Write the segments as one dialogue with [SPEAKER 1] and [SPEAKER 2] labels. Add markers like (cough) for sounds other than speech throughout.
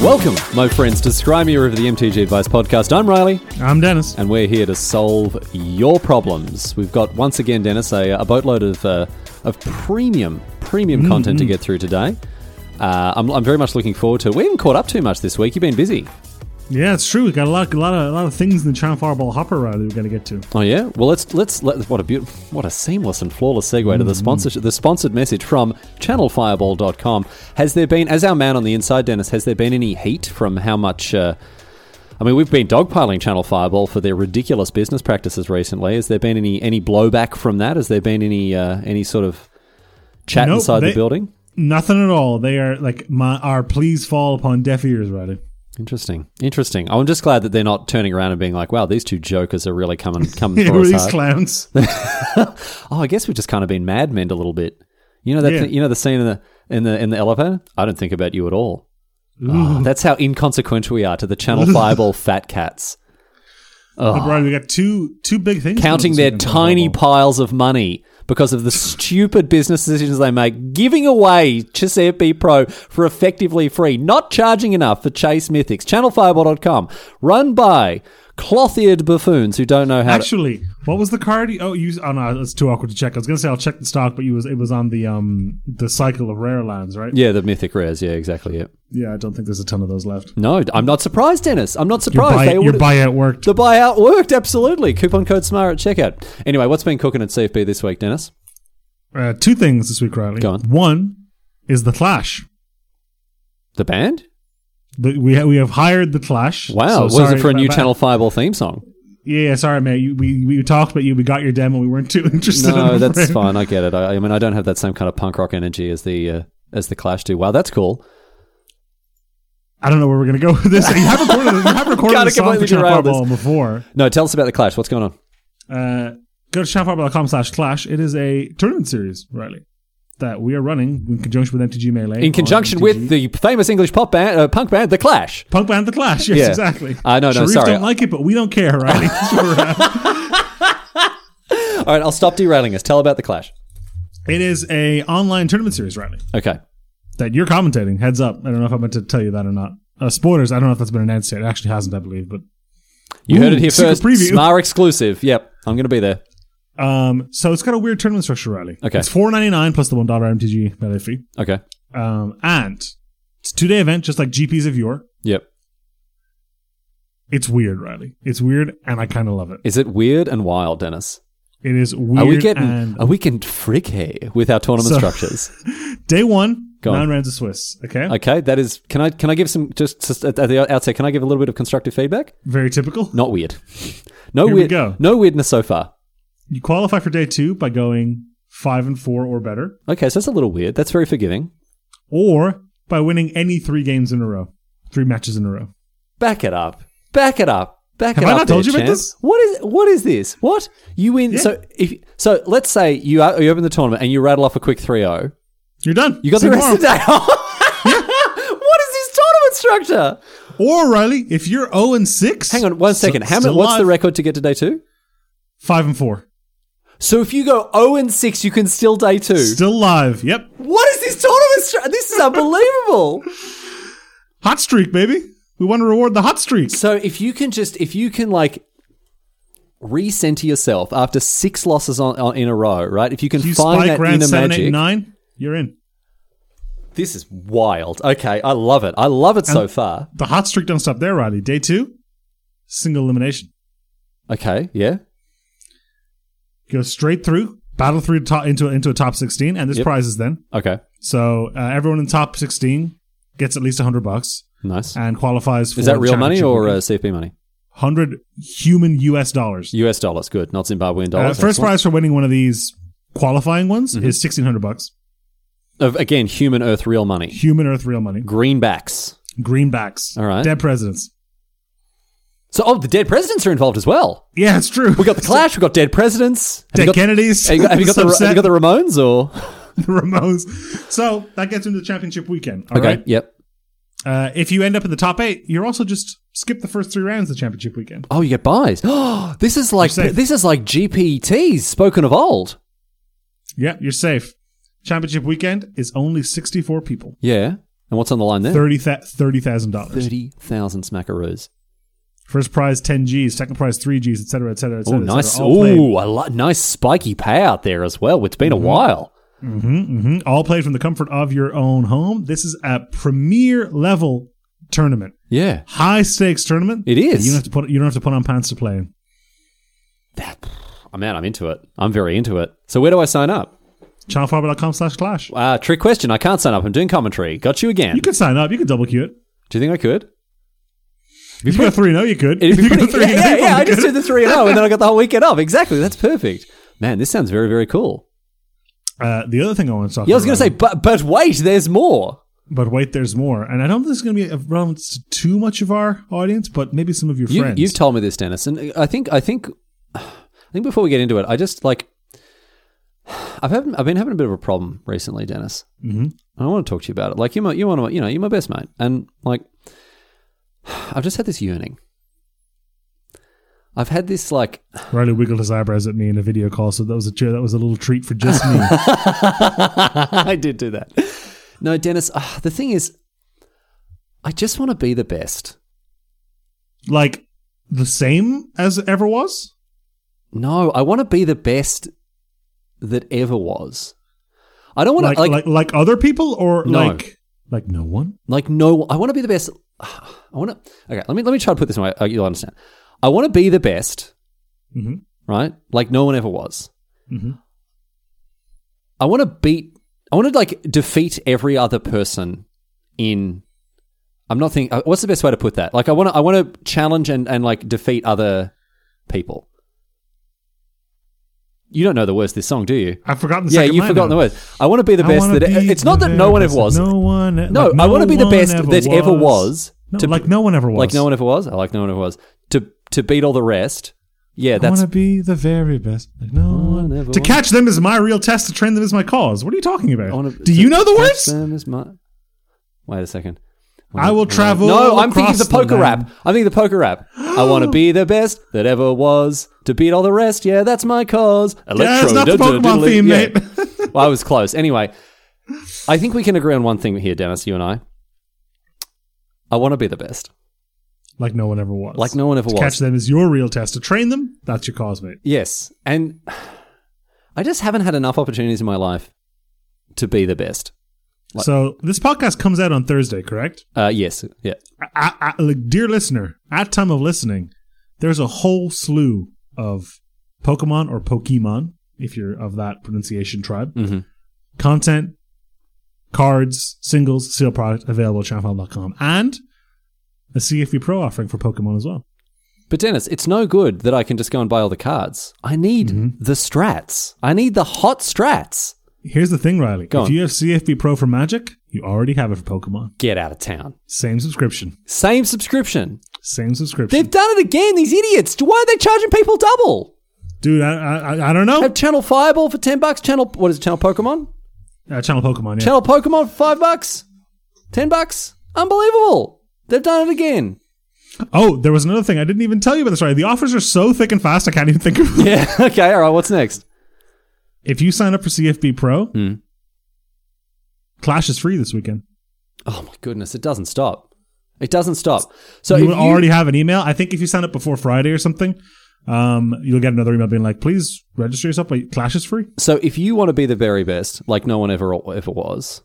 [SPEAKER 1] Welcome, my friends, to Scrimey of the MTG Advice Podcast. I'm Riley,
[SPEAKER 2] I'm Dennis.
[SPEAKER 1] and we're here to solve your problems. We've got once again, Dennis, a, a boatload of uh, of premium premium content to get through today. Uh, I'm, I'm very much looking forward to. it. We haven't caught up too much this week. You've been busy.
[SPEAKER 2] Yeah, it's true. We got a lot, a lot of, a lot of things in the Channel Fireball Hopper ride that we got to get to.
[SPEAKER 1] Oh yeah. Well, let's let's let, what a beautiful, what a seamless and flawless segue
[SPEAKER 2] Mm-hmm.
[SPEAKER 1] to the sponsorship. The sponsored message from ChannelFireball.com. Has there been, as our man on the inside, Dennis? Has there been any heat from how much? Uh, I mean, we've been dogpiling Channel Fireball for their ridiculous business practices recently. Has there been any any blowback from that? Has there been any uh, any sort of chat
[SPEAKER 2] Nope,
[SPEAKER 1] inside the
[SPEAKER 2] they-
[SPEAKER 1] building?
[SPEAKER 2] Nothing at all. They are like my our please fall upon deaf ears, Riley.
[SPEAKER 1] Interesting, interesting. I'm just glad that they're not turning around and being like, "Wow, these two jokers are really coming coming
[SPEAKER 2] (laughs) Yeah,
[SPEAKER 1] for
[SPEAKER 2] we're
[SPEAKER 1] us."
[SPEAKER 2] these
[SPEAKER 1] hard." (laughs)
[SPEAKER 2] clowns.
[SPEAKER 1] Oh, I guess we've just kind of been madmen a little bit. You know that.
[SPEAKER 2] Yeah.
[SPEAKER 1] thi- you know the scene in the in the in the elevator. I don't think about you at all. Ah, that's how inconsequential we are to the Channel
[SPEAKER 2] (laughs)
[SPEAKER 1] Fireball fat cats,
[SPEAKER 2] But Riley, we got two two big things.
[SPEAKER 1] counting
[SPEAKER 2] coming
[SPEAKER 1] their
[SPEAKER 2] up this weekend,
[SPEAKER 1] tiny
[SPEAKER 2] Channel
[SPEAKER 1] piles of money because of the stupid business decisions they make, giving away Chess AFB Pro for effectively free, not charging enough for Chase Mythics. ChannelFireball.com, run by cloth-eared buffoons who don't know
[SPEAKER 2] Fireball.
[SPEAKER 1] how to.
[SPEAKER 2] Actually, what was the card? you- Oh, you. Oh no, it's too awkward to check. I was gonna say I'll check the stock, but you was it was on the um the cycle of rare lands, right?
[SPEAKER 1] Yeah, the mythic rares. Yeah, exactly. Yeah.
[SPEAKER 2] Yeah, I don't think there's a ton of those left.
[SPEAKER 1] No, I'm not surprised, Dennis. I'm not
[SPEAKER 2] Your,
[SPEAKER 1] surprised.
[SPEAKER 2] buy,
[SPEAKER 1] They
[SPEAKER 2] your
[SPEAKER 1] would've-
[SPEAKER 2] buyout worked.
[SPEAKER 1] The buyout worked, absolutely. Coupon code SMART at checkout. Anyway, what's been cooking at CFB this week, Dennis?
[SPEAKER 2] Uh, two things this week, Riley.
[SPEAKER 1] Go on.
[SPEAKER 2] One is the Clash.
[SPEAKER 1] The band?
[SPEAKER 2] The, we ha- we have hired the Clash.
[SPEAKER 1] Wow,
[SPEAKER 2] So
[SPEAKER 1] was
[SPEAKER 2] sorry,
[SPEAKER 1] it for a new
[SPEAKER 2] ba- ba-
[SPEAKER 1] Channel Fireball theme
[SPEAKER 2] (laughs)
[SPEAKER 1] song?
[SPEAKER 2] Yeah, sorry, mate. You, we we talked about you. We got your demo. We weren't too (laughs) interested.
[SPEAKER 1] No,
[SPEAKER 2] I'm
[SPEAKER 1] that's
[SPEAKER 2] afraid.
[SPEAKER 1] fine. I get it. I, I mean, I don't have that same kind of punk rock energy as the uh, as the Clash do. Wow, that's cool.
[SPEAKER 2] I don't know where we're gonna go with this. You have recorded. You have recorded
[SPEAKER 1] Gotta
[SPEAKER 2] a song for
[SPEAKER 1] completely
[SPEAKER 2] Channel
[SPEAKER 1] derail this.
[SPEAKER 2] Fireball before.
[SPEAKER 1] No, tell us about the Clash. What's going on?
[SPEAKER 2] Uh, go to channelfireball.com slash clash. It is a tournament series, Riley, that we are running in conjunction with MTG Melee.
[SPEAKER 1] In conjunction
[SPEAKER 2] on
[SPEAKER 1] with
[SPEAKER 2] MTG.
[SPEAKER 1] the famous English pop band, uh, punk band, the Clash.
[SPEAKER 2] punk band the Clash. Yes,
[SPEAKER 1] Yeah.
[SPEAKER 2] exactly.
[SPEAKER 1] Uh, no, no,
[SPEAKER 2] Sharif
[SPEAKER 1] sorry.
[SPEAKER 2] don't like it, but we don't care, Riley. That's where we're at.
[SPEAKER 1] (laughs) All right, I'll stop derailing us. Tell about the Clash.
[SPEAKER 2] (laughs) it is a online tournament series, Riley,
[SPEAKER 1] Okay.
[SPEAKER 2] that you're commentating. Heads up. I don't know if I meant to tell you that or not. Uh, spoilers. I don't know if that's been announced yet. It actually hasn't, I believe, but
[SPEAKER 1] You heard
[SPEAKER 2] Ooh,
[SPEAKER 1] it here
[SPEAKER 2] secret
[SPEAKER 1] first.
[SPEAKER 2] preview.
[SPEAKER 1] SMAR exclusive. Yep, I'm going to be there.
[SPEAKER 2] Um, so it's got a weird tournament structure, Riley.
[SPEAKER 1] Okay.
[SPEAKER 2] It's four ninety nine plus the one dollar MTG melee fee.
[SPEAKER 1] Okay.
[SPEAKER 2] Um, and it's a two day event, just like GPs of yore.
[SPEAKER 1] Yep.
[SPEAKER 2] It's weird, Riley. It's weird, and I kind of love it.
[SPEAKER 1] Is it weird and wild, Dennis?
[SPEAKER 2] It is weird.
[SPEAKER 1] Are we getting
[SPEAKER 2] and
[SPEAKER 1] are we getting freaky with our tournament
[SPEAKER 2] So-
[SPEAKER 1] structures?
[SPEAKER 2] (laughs) day one,
[SPEAKER 1] Go on.
[SPEAKER 2] nine rounds of Swiss. Okay,
[SPEAKER 1] Okay, that is. Can I can I give some just, just at the outset? Can I give a little bit of constructive feedback?
[SPEAKER 2] very typical.
[SPEAKER 1] Not weird. No
[SPEAKER 2] Here we
[SPEAKER 1] weird.
[SPEAKER 2] go.
[SPEAKER 1] No weirdness so far.
[SPEAKER 2] You qualify for day two by going five and four or better,
[SPEAKER 1] Okay, so that's a little weird. That's very forgiving.
[SPEAKER 2] or by winning any three games in a row, three matches in a row.
[SPEAKER 1] Back it up. Back it up. Back
[SPEAKER 2] Have
[SPEAKER 1] it
[SPEAKER 2] I
[SPEAKER 1] up.
[SPEAKER 2] not told
[SPEAKER 1] there,
[SPEAKER 2] you about
[SPEAKER 1] champ.
[SPEAKER 2] this?
[SPEAKER 1] What is what is this? What you win? So if so, let's say you are, you open the tournament and you rattle off a quick 3-0.
[SPEAKER 2] You're done.
[SPEAKER 1] You got
[SPEAKER 2] See
[SPEAKER 1] the rest
[SPEAKER 2] tomorrow.
[SPEAKER 1] of the day.
[SPEAKER 2] (laughs)
[SPEAKER 1] off. (laughs) what is this tournament structure?
[SPEAKER 2] Or Riley, if you're zero and six,
[SPEAKER 1] Hang on one second. How many? What's the record to get to day two?
[SPEAKER 2] Five and four.
[SPEAKER 1] So if you go 0 and 6, you can still day 2.
[SPEAKER 2] Still live. Yep.
[SPEAKER 1] what is this tournament? stra- This is unbelievable. (laughs)
[SPEAKER 2] Hot streak, baby. We want to reward the hot streak.
[SPEAKER 1] so if you can just if you can like recenter yourself after 6 losses on, on in a row, right? If you can
[SPEAKER 2] You
[SPEAKER 1] find
[SPEAKER 2] spike
[SPEAKER 1] that
[SPEAKER 2] round
[SPEAKER 1] inner
[SPEAKER 2] seven, eight,
[SPEAKER 1] magic.
[SPEAKER 2] and nine. You're in.
[SPEAKER 1] This is wild. Okay, I love it. I love it so far.
[SPEAKER 2] The hot streak don't stop there, Riley. Day two, single elimination.
[SPEAKER 1] Okay, yeah.
[SPEAKER 2] Go straight through, battle through to into into a top sixteen, and there's
[SPEAKER 1] Yep.
[SPEAKER 2] prizes then.
[SPEAKER 1] Okay.
[SPEAKER 2] So uh, everyone in the top sixteen gets at least hundred bucks
[SPEAKER 1] Nice.
[SPEAKER 2] and qualifies. for
[SPEAKER 1] Is that real money or uh, CFP money?
[SPEAKER 2] hundred human U.S. dollars?
[SPEAKER 1] US dollars, good. Not Zimbabwean
[SPEAKER 2] Uh,
[SPEAKER 1] dollars. Excellent.
[SPEAKER 2] first
[SPEAKER 1] Mm-hmm.
[SPEAKER 2] prize for winning one of these qualifying ones is sixteen hundred bucks.
[SPEAKER 1] Of, again, human earth real money.
[SPEAKER 2] Human Earth real money,
[SPEAKER 1] Greenbacks.
[SPEAKER 2] greenbacks,
[SPEAKER 1] All right.
[SPEAKER 2] dead presidents.
[SPEAKER 1] So oh, the dead presidents are involved as well.
[SPEAKER 2] Yeah, it's true.
[SPEAKER 1] We got
[SPEAKER 2] (laughs)
[SPEAKER 1] the Clash. We got Dead Presidents. Have
[SPEAKER 2] Dead
[SPEAKER 1] you got,
[SPEAKER 2] Kennedys.
[SPEAKER 1] have you got- have you
[SPEAKER 2] (laughs)
[SPEAKER 1] got the, have you got the Ramones or
[SPEAKER 2] the Ramones? So that gets into the championship weekend. All
[SPEAKER 1] okay?
[SPEAKER 2] right.
[SPEAKER 1] Yep.
[SPEAKER 2] Uh, if you end up in the top eight, you're also just skip the first three rounds of the championship weekend.
[SPEAKER 1] Oh, you get buys. (gasps) this is like
[SPEAKER 2] You're safe.
[SPEAKER 1] this is like GPTs spoken of old.
[SPEAKER 2] Yeah, you're safe. Championship weekend is only 64 people.
[SPEAKER 1] Yeah. And what's on the line there?
[SPEAKER 2] Thirty thousand dollars.
[SPEAKER 1] Thirty thousand smackaroos.
[SPEAKER 2] First prize ten Gs, second prize three Gs, etc., etc.,
[SPEAKER 1] Oh,
[SPEAKER 2] etc.
[SPEAKER 1] nice.
[SPEAKER 2] All played,
[SPEAKER 1] Ooh, a lot, nice spiky payout there as well. It's
[SPEAKER 2] Mm-hmm.
[SPEAKER 1] been a while.
[SPEAKER 2] hmm all played from the comfort of your own home. This is a premier level tournament,
[SPEAKER 1] Yeah.
[SPEAKER 2] high stakes tournament.
[SPEAKER 1] It is.
[SPEAKER 2] You don't have to put you don't have to put on pants to play.
[SPEAKER 1] That, oh, man, I'm into it. I'm very into it. So where do I sign up?
[SPEAKER 2] Channelfiber.com slash clash.
[SPEAKER 1] Uh, trick question. I can't sign up. I'm doing commentary. Got you again.
[SPEAKER 2] You could sign up. You could double queue it.
[SPEAKER 1] do you think I could?
[SPEAKER 2] If you got three, no, you
[SPEAKER 1] (laughs)
[SPEAKER 2] could.
[SPEAKER 1] It'd
[SPEAKER 2] If
[SPEAKER 1] be
[SPEAKER 2] you got
[SPEAKER 1] pretty,
[SPEAKER 2] three,
[SPEAKER 1] yeah, yeah,
[SPEAKER 2] no,
[SPEAKER 1] yeah,
[SPEAKER 2] you
[SPEAKER 1] I just
[SPEAKER 2] could.
[SPEAKER 1] did the 3 and 0 and then I got the whole weekend off. Exactly. That's perfect. Man, this sounds very, very cool.
[SPEAKER 2] Uh, the other thing I want to talk.
[SPEAKER 1] Yeah, I was
[SPEAKER 2] about-
[SPEAKER 1] going to say, but, but wait, there's more.
[SPEAKER 2] But wait, there's more. And I don't think this is going to be relevant to too much of our audience, but maybe some of your
[SPEAKER 1] You,
[SPEAKER 2] friends.
[SPEAKER 1] you've told me this, Dennis, and I think I think I think before we get into it, I just like I've had, I've been having a bit of a problem recently, Dennis. Mm-hmm. I want to talk to you about it. Like you, my, you want to, you know, you're my best mate, and like I've just had this yearning. I've had this like
[SPEAKER 2] Riley wiggled his eyebrows at me in a video call, so that was a that was a little treat for just me.
[SPEAKER 1] (laughs) I did do that. No, Dennis. Uh, the thing is, I just want to be the best.
[SPEAKER 2] like the same as it ever was.
[SPEAKER 1] No, I want to be the best that ever was. I don't want
[SPEAKER 2] Like
[SPEAKER 1] to
[SPEAKER 2] like, like other people or
[SPEAKER 1] No.
[SPEAKER 2] like like no one.
[SPEAKER 1] Like no, I want to be the best. I want to. Okay, let me let me try to put this in way uh, you'll understand. I want to be the best,
[SPEAKER 2] Mhm.
[SPEAKER 1] right? Like no one ever was.
[SPEAKER 2] Mhm.
[SPEAKER 1] I want to beat. I want to like defeat every other person in. I'm not thinking. uh, What's the best way to put that? Like I want to. I want to challenge and and like defeat other people. You don't know the words of this song, do you?
[SPEAKER 2] I've forgotten. The
[SPEAKER 1] Yeah,
[SPEAKER 2] second
[SPEAKER 1] you've
[SPEAKER 2] line
[SPEAKER 1] forgotten the
[SPEAKER 2] now.
[SPEAKER 1] words. I want to be the
[SPEAKER 2] I
[SPEAKER 1] best
[SPEAKER 2] wanna
[SPEAKER 1] that.
[SPEAKER 2] be
[SPEAKER 1] It's not
[SPEAKER 2] the
[SPEAKER 1] that no one
[SPEAKER 2] best
[SPEAKER 1] ever was.
[SPEAKER 2] No one. like,
[SPEAKER 1] No, I want to be the
[SPEAKER 2] one
[SPEAKER 1] best
[SPEAKER 2] ever
[SPEAKER 1] that ever was.
[SPEAKER 2] No,
[SPEAKER 1] to-
[SPEAKER 2] like no one ever was.
[SPEAKER 1] like no one ever was. I like no one ever was. To to beat all the rest. Yeah,
[SPEAKER 2] I want
[SPEAKER 1] that's
[SPEAKER 2] to be the very best. Like no
[SPEAKER 1] one
[SPEAKER 2] one.
[SPEAKER 1] ever
[SPEAKER 2] to
[SPEAKER 1] was.
[SPEAKER 2] catch them is my real test. To train them is my cause. What are you talking about?
[SPEAKER 1] I wanna-
[SPEAKER 2] Do you know the
[SPEAKER 1] catch
[SPEAKER 2] words?
[SPEAKER 1] them as mu- Wait a second.
[SPEAKER 2] I will travel.
[SPEAKER 1] No, I'm thinking
[SPEAKER 2] across
[SPEAKER 1] the poker
[SPEAKER 2] land.
[SPEAKER 1] rap. I'm thinking the poker rap. I want to be the best that ever was. To beat all the rest, yeah, that's my cause. Electro,
[SPEAKER 2] Yeah, it's not the
[SPEAKER 1] da-da-diddly-
[SPEAKER 2] Pokemon theme,
[SPEAKER 1] yeah.
[SPEAKER 2] mate. (laughs)
[SPEAKER 1] well, I was close. Anyway, I think we can agree on one thing here, Dennis. You and I. I want to be the best.
[SPEAKER 2] like no one ever was.
[SPEAKER 1] Like no one ever
[SPEAKER 2] to
[SPEAKER 1] was.
[SPEAKER 2] Catch them is your real test. To train them, that's your cause, mate.
[SPEAKER 1] Yes. And (sighs) I just haven't had enough opportunities in my life to be the best.
[SPEAKER 2] so this podcast comes out on Thursday, correct?
[SPEAKER 1] Uh, yes. Yeah.
[SPEAKER 2] I, I, I- like, dear listener, at time of listening, there's a whole slew of Pokemon or Pokemon, if you're of that pronunciation tribe,
[SPEAKER 1] Mhm.
[SPEAKER 2] content, cards, singles, seal product available at channelfile.com, and a CFP Pro offering for Pokemon as well.
[SPEAKER 1] But Dennis, it's no good that I can just go and buy all the cards. I need
[SPEAKER 2] Mm-hmm.
[SPEAKER 1] the strats. I need the hot strats.
[SPEAKER 2] Here's the thing, Riley.
[SPEAKER 1] Go
[SPEAKER 2] if
[SPEAKER 1] on.
[SPEAKER 2] you have CFP Pro for Magic, you already have it for Pokemon.
[SPEAKER 1] Get out of town.
[SPEAKER 2] Same subscription.
[SPEAKER 1] Same subscription.
[SPEAKER 2] Same subscription.
[SPEAKER 1] They've done it again, these idiots. Why are they charging people double?
[SPEAKER 2] Dude, I, I I don't know.
[SPEAKER 1] Have Channel Fireball for 10 bucks. Channel, what is it, Channel Pokemon?
[SPEAKER 2] Uh, channel Pokemon. Yeah.
[SPEAKER 1] Channel Pokemon for 5 bucks? 10 bucks? Unbelievable. They've done it again. (laughs)
[SPEAKER 2] oh, there was another thing I didn't even tell you about this. Right, the offers are so thick and fast. I can't even think of. (laughs)
[SPEAKER 1] Yeah. Okay. All right. What's next?
[SPEAKER 2] If you sign up for CFB Pro,
[SPEAKER 1] Hmm.
[SPEAKER 2] Clash is free this weekend.
[SPEAKER 1] Oh my goodness, it doesn't stop. It doesn't stop. So
[SPEAKER 2] you
[SPEAKER 1] if
[SPEAKER 2] will already have an email. I think if you sign up before Friday or something, um, you'll get another email being like, "Please register yourself." But Clash is free
[SPEAKER 1] so if you want to be the very best, like no one ever ever was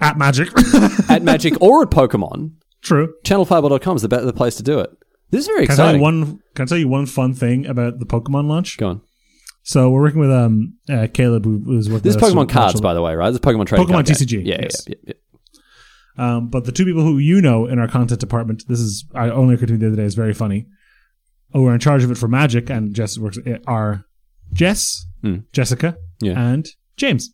[SPEAKER 2] at Magic. (laughs)
[SPEAKER 1] at Magic or at Pokemon,
[SPEAKER 2] True.
[SPEAKER 1] channelfireball.com is the better the place to do it. This is very
[SPEAKER 2] Can I tell you
[SPEAKER 1] exciting.
[SPEAKER 2] one? Can I tell you one fun thing about the Pokemon launch?
[SPEAKER 1] Go on.
[SPEAKER 2] So we're working with um uh, Caleb, who, who's working.
[SPEAKER 1] This is
[SPEAKER 2] with
[SPEAKER 1] Pokemon
[SPEAKER 2] us to launch
[SPEAKER 1] cards,
[SPEAKER 2] all-
[SPEAKER 1] by the way, right? This is Pokemon trading.
[SPEAKER 2] Pokemon
[SPEAKER 1] card game.
[SPEAKER 2] TCG,
[SPEAKER 1] Yeah, yeah,
[SPEAKER 2] yes.
[SPEAKER 1] yeah, yeah.
[SPEAKER 2] Um, but the two people who you know in our content department, this is I only occurred to me the other day, is very funny. Who are in charge of it for Magic and Jess works eh, are Jess,
[SPEAKER 1] Hmm.
[SPEAKER 2] Jessica,
[SPEAKER 1] Yeah.
[SPEAKER 2] and James.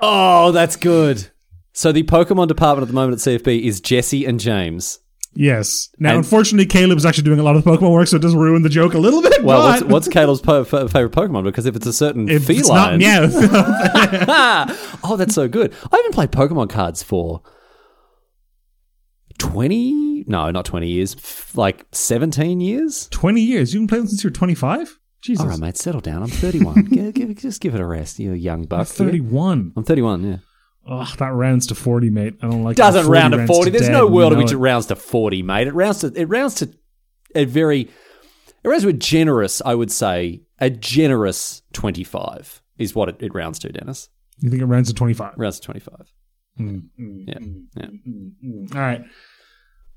[SPEAKER 1] Oh, that's good. So the Pokemon department at the moment at CFB is Jesse and James.
[SPEAKER 2] Yes. Now,
[SPEAKER 1] And-
[SPEAKER 2] unfortunately, Caleb's actually doing a lot of the Pokemon work, so it does ruin the joke a little bit.
[SPEAKER 1] Well,
[SPEAKER 2] but
[SPEAKER 1] what's, what's Caleb's po- f- favorite Pokemon? Because if it's a certain
[SPEAKER 2] if
[SPEAKER 1] feline,
[SPEAKER 2] it's not Meowth.
[SPEAKER 1] (laughs) oh, that's so good. I haven't played Pokemon cards for 20, no, not 20 years, f- like 17 years.
[SPEAKER 2] (laughs) Twenty years. You've been playing since you were twenty-five. Jesus,
[SPEAKER 1] All right, (laughs) mate, settle down. I'm 31. give, give, just give it a rest, you young buck.
[SPEAKER 2] thirty-one.
[SPEAKER 1] I'm 31, yeah.
[SPEAKER 2] Ugh, that rounds to forty, mate. I don't like. that.
[SPEAKER 1] doesn't round to
[SPEAKER 2] rounds
[SPEAKER 1] forty. There's
[SPEAKER 2] dead,
[SPEAKER 1] no
[SPEAKER 2] you
[SPEAKER 1] world in
[SPEAKER 2] know
[SPEAKER 1] which it
[SPEAKER 2] it.
[SPEAKER 1] rounds to forty, mate. It rounds to it rounds to a very it rounds to a generous, I would say, a generous twenty five is what it, it rounds to, Dennis.
[SPEAKER 2] You think it rounds to twenty-five?
[SPEAKER 1] Rounds to twenty five.
[SPEAKER 2] Hmm.
[SPEAKER 1] Yeah. yeah.
[SPEAKER 2] All right.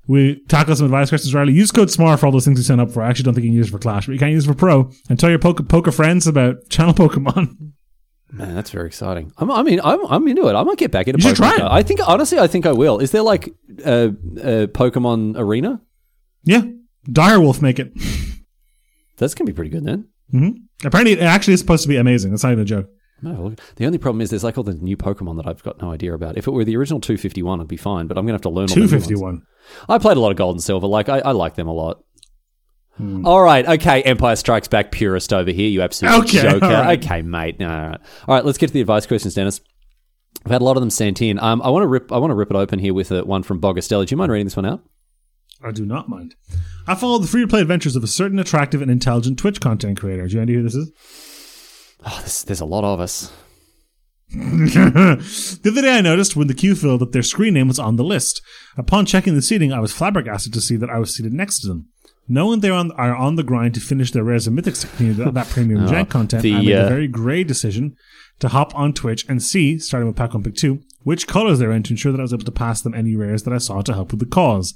[SPEAKER 2] We tackle some advice questions, Riley. Use code SMAR for all those things you sign up for. I actually don't think you can use it for Clash, but you can use it for Pro. And tell your poker, poker friends about Channel (laughs) Pokemon.
[SPEAKER 1] Man, that's very exciting. I'm, I mean, I'm, I'm into it. I might get back into
[SPEAKER 2] You
[SPEAKER 1] Pokemon.
[SPEAKER 2] should try it.
[SPEAKER 1] Go. I think, honestly, I think I will. Is there like a, a Pokemon Arena?
[SPEAKER 2] yeah. Direwolf make it.
[SPEAKER 1] That's going to be pretty good then.
[SPEAKER 2] hmm Apparently, it actually is supposed to be amazing. That's not even a joke.
[SPEAKER 1] I might have a look. The only problem is there's like all the new Pokemon that I've got no idea about. If it were the original 251, I'd be fine, but I'm going to have to learn all the new ones.
[SPEAKER 2] 251.
[SPEAKER 1] I played a lot of Gold and Silver. Like I, I like them a lot. All right, okay. Empire Strikes Back purist over here. You absolute
[SPEAKER 2] Okay,
[SPEAKER 1] joker.
[SPEAKER 2] all right.
[SPEAKER 1] Okay, mate. No, all right. All right. Let's get to the advice questions, Dennis. I've had a lot of them sent in. Um, I want to rip. I want to rip it open here with uh one from Bogostella. Do you mind reading this one out?
[SPEAKER 2] I do not mind. I followed the free to play adventures of a certain attractive and intelligent Twitch content creator. Do you know who this is?
[SPEAKER 1] Oh, this, there's a lot of us.
[SPEAKER 2] (laughs) the other day, I noticed when the queue filled that their screen name was on the list. Upon checking the seating, I was flabbergasted to see that I was seated next to them. Knowing they are on, are on the grind to finish their rares and mythics to continue that, that
[SPEAKER 1] (laughs)
[SPEAKER 2] premium jank content,
[SPEAKER 1] Oh, the,
[SPEAKER 2] I made
[SPEAKER 1] uh,
[SPEAKER 2] a very grey decision to hop on Twitch and see, starting with pack one, pick two, which colors they're in to ensure that I was able to pass them any rares that I saw to help with the cause.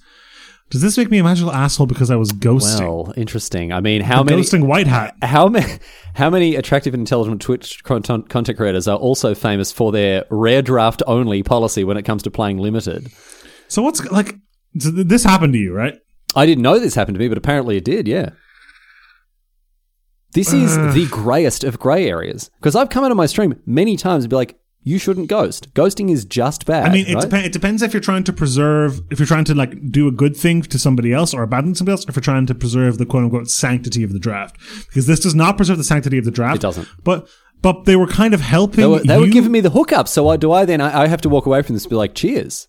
[SPEAKER 2] Does this make me a magical asshole because I was ghosting?
[SPEAKER 1] Well, interesting. I mean, how many?
[SPEAKER 2] ghosting White Hat.
[SPEAKER 1] (laughs) How many? How many attractive and intelligent Twitch content, content creators are also famous for their rare draft only policy when it comes to playing limited?
[SPEAKER 2] So what's like? So th- this happened to you, right?
[SPEAKER 1] I didn't know this happened to me, but apparently it did. Yeah. This is the greyest of grey areas because I've come out of my stream many times and be like, "You shouldn't ghost. Ghosting is just bad."
[SPEAKER 2] I mean, it,
[SPEAKER 1] right?
[SPEAKER 2] depen- it depends if you're trying to preserve, if you're trying to like do a good thing to somebody else or abandon somebody else, or if you're trying to preserve the quote unquote sanctity of the draft. Because this does not preserve the sanctity of the draft.
[SPEAKER 1] It doesn't.
[SPEAKER 2] But but they were kind of helping.
[SPEAKER 1] They were, they were
[SPEAKER 2] you-
[SPEAKER 1] giving me the hookup, so I, do I then? I, I have to walk away from this and be like, "Cheers."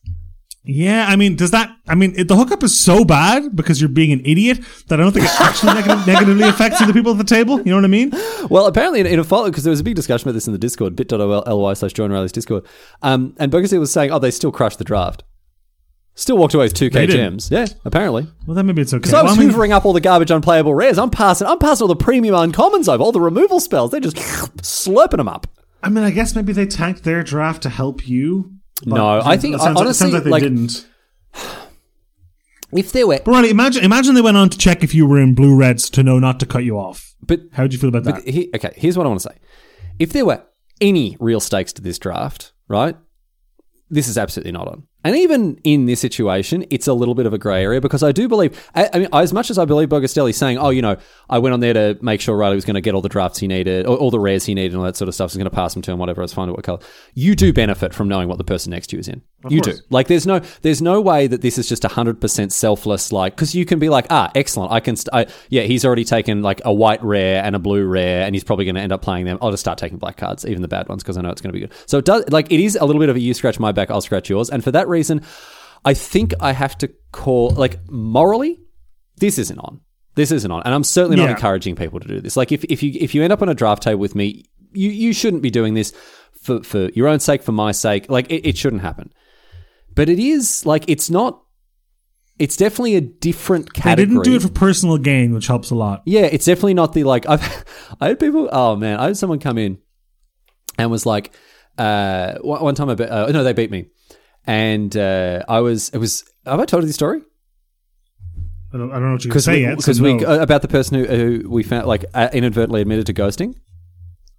[SPEAKER 2] yeah, I mean, does that? I mean, it, the hookup is so bad because you're being an idiot that I don't think it actually negative, (laughs) negatively affects the people at the table. You know what I mean?
[SPEAKER 1] Well, apparently in, in a follow because there was a big discussion about this in the Discord bit.ly slash join Riley's Discord, um, and Bogacy was saying, "Oh, they still crushed the draft." Still walked away with two K
[SPEAKER 2] They didn't.
[SPEAKER 1] gems. Yeah, apparently.
[SPEAKER 2] Well, then maybe it's okay.
[SPEAKER 1] So I was
[SPEAKER 2] Well, I mean-
[SPEAKER 1] hoovering up all the garbage unplayable rares. I'm passing. I'm passing all the premium uncommons over. All the removal spells. They're just slurping them up.
[SPEAKER 2] I mean, I guess maybe they tanked their draft to help you. but
[SPEAKER 1] No, I
[SPEAKER 2] it
[SPEAKER 1] think-
[SPEAKER 2] sounds like- it
[SPEAKER 1] honestly,
[SPEAKER 2] sounds like they
[SPEAKER 1] like-
[SPEAKER 2] didn't.
[SPEAKER 1] If there were,
[SPEAKER 2] But Riley, imagine imagine they went on to check if you were in blue reds to know not to cut you off.
[SPEAKER 1] but
[SPEAKER 2] How would you feel about that?
[SPEAKER 1] he, okay, here's what I want to say. If there were any real stakes to this draft, right? This is absolutely not on. And even in this situation, it's a little bit of a grey area because I do believe, I, I mean, as much as I believe Bogastelli saying, oh, you know, I went on there to make sure Riley was going to get all the drafts he needed, all, all the rares he needed, and all that sort of stuff, so he's going to pass them to him, whatever, it's fine, what color. You do benefit from knowing what the person next to you is in. you do. Like, there's no, there's no way that this is just 100% selfless, like, because you can be like, ah, excellent. I can, st- I, yeah, he's already taken like a white rare and a blue rare, and he's probably going to end up playing them. I'll just start taking black cards, even the bad ones, because I know it's going to be good. So it does, like, it is a little bit of a you scratch my back, I'll scratch yours. And for that reason, I think I have to call, like, morally, this isn't on. This isn't on. And I'm certainly not
[SPEAKER 2] Yeah.
[SPEAKER 1] encouraging people to do this. Like, if, if you if you end up on a draft table with me, you, you shouldn't be doing this for, for your own sake, for my sake. Like, it, it shouldn't happen. But it is, like, it's not. It's definitely a different
[SPEAKER 2] They
[SPEAKER 1] category.
[SPEAKER 2] didn't do it for personal gain, which helps a lot.
[SPEAKER 1] Yeah, it's definitely not the like (laughs) I've I had people. Oh man, I had someone come in and was like, uh, one one time I bet, uh, no, they beat me, and uh, I was it was. Have I told you the story?
[SPEAKER 2] I don't, I don't know what you can say
[SPEAKER 1] we,
[SPEAKER 2] yet. so
[SPEAKER 1] 'cause we-
[SPEAKER 2] no.
[SPEAKER 1] uh, about the person who, who we found like uh, inadvertently admitted to ghosting.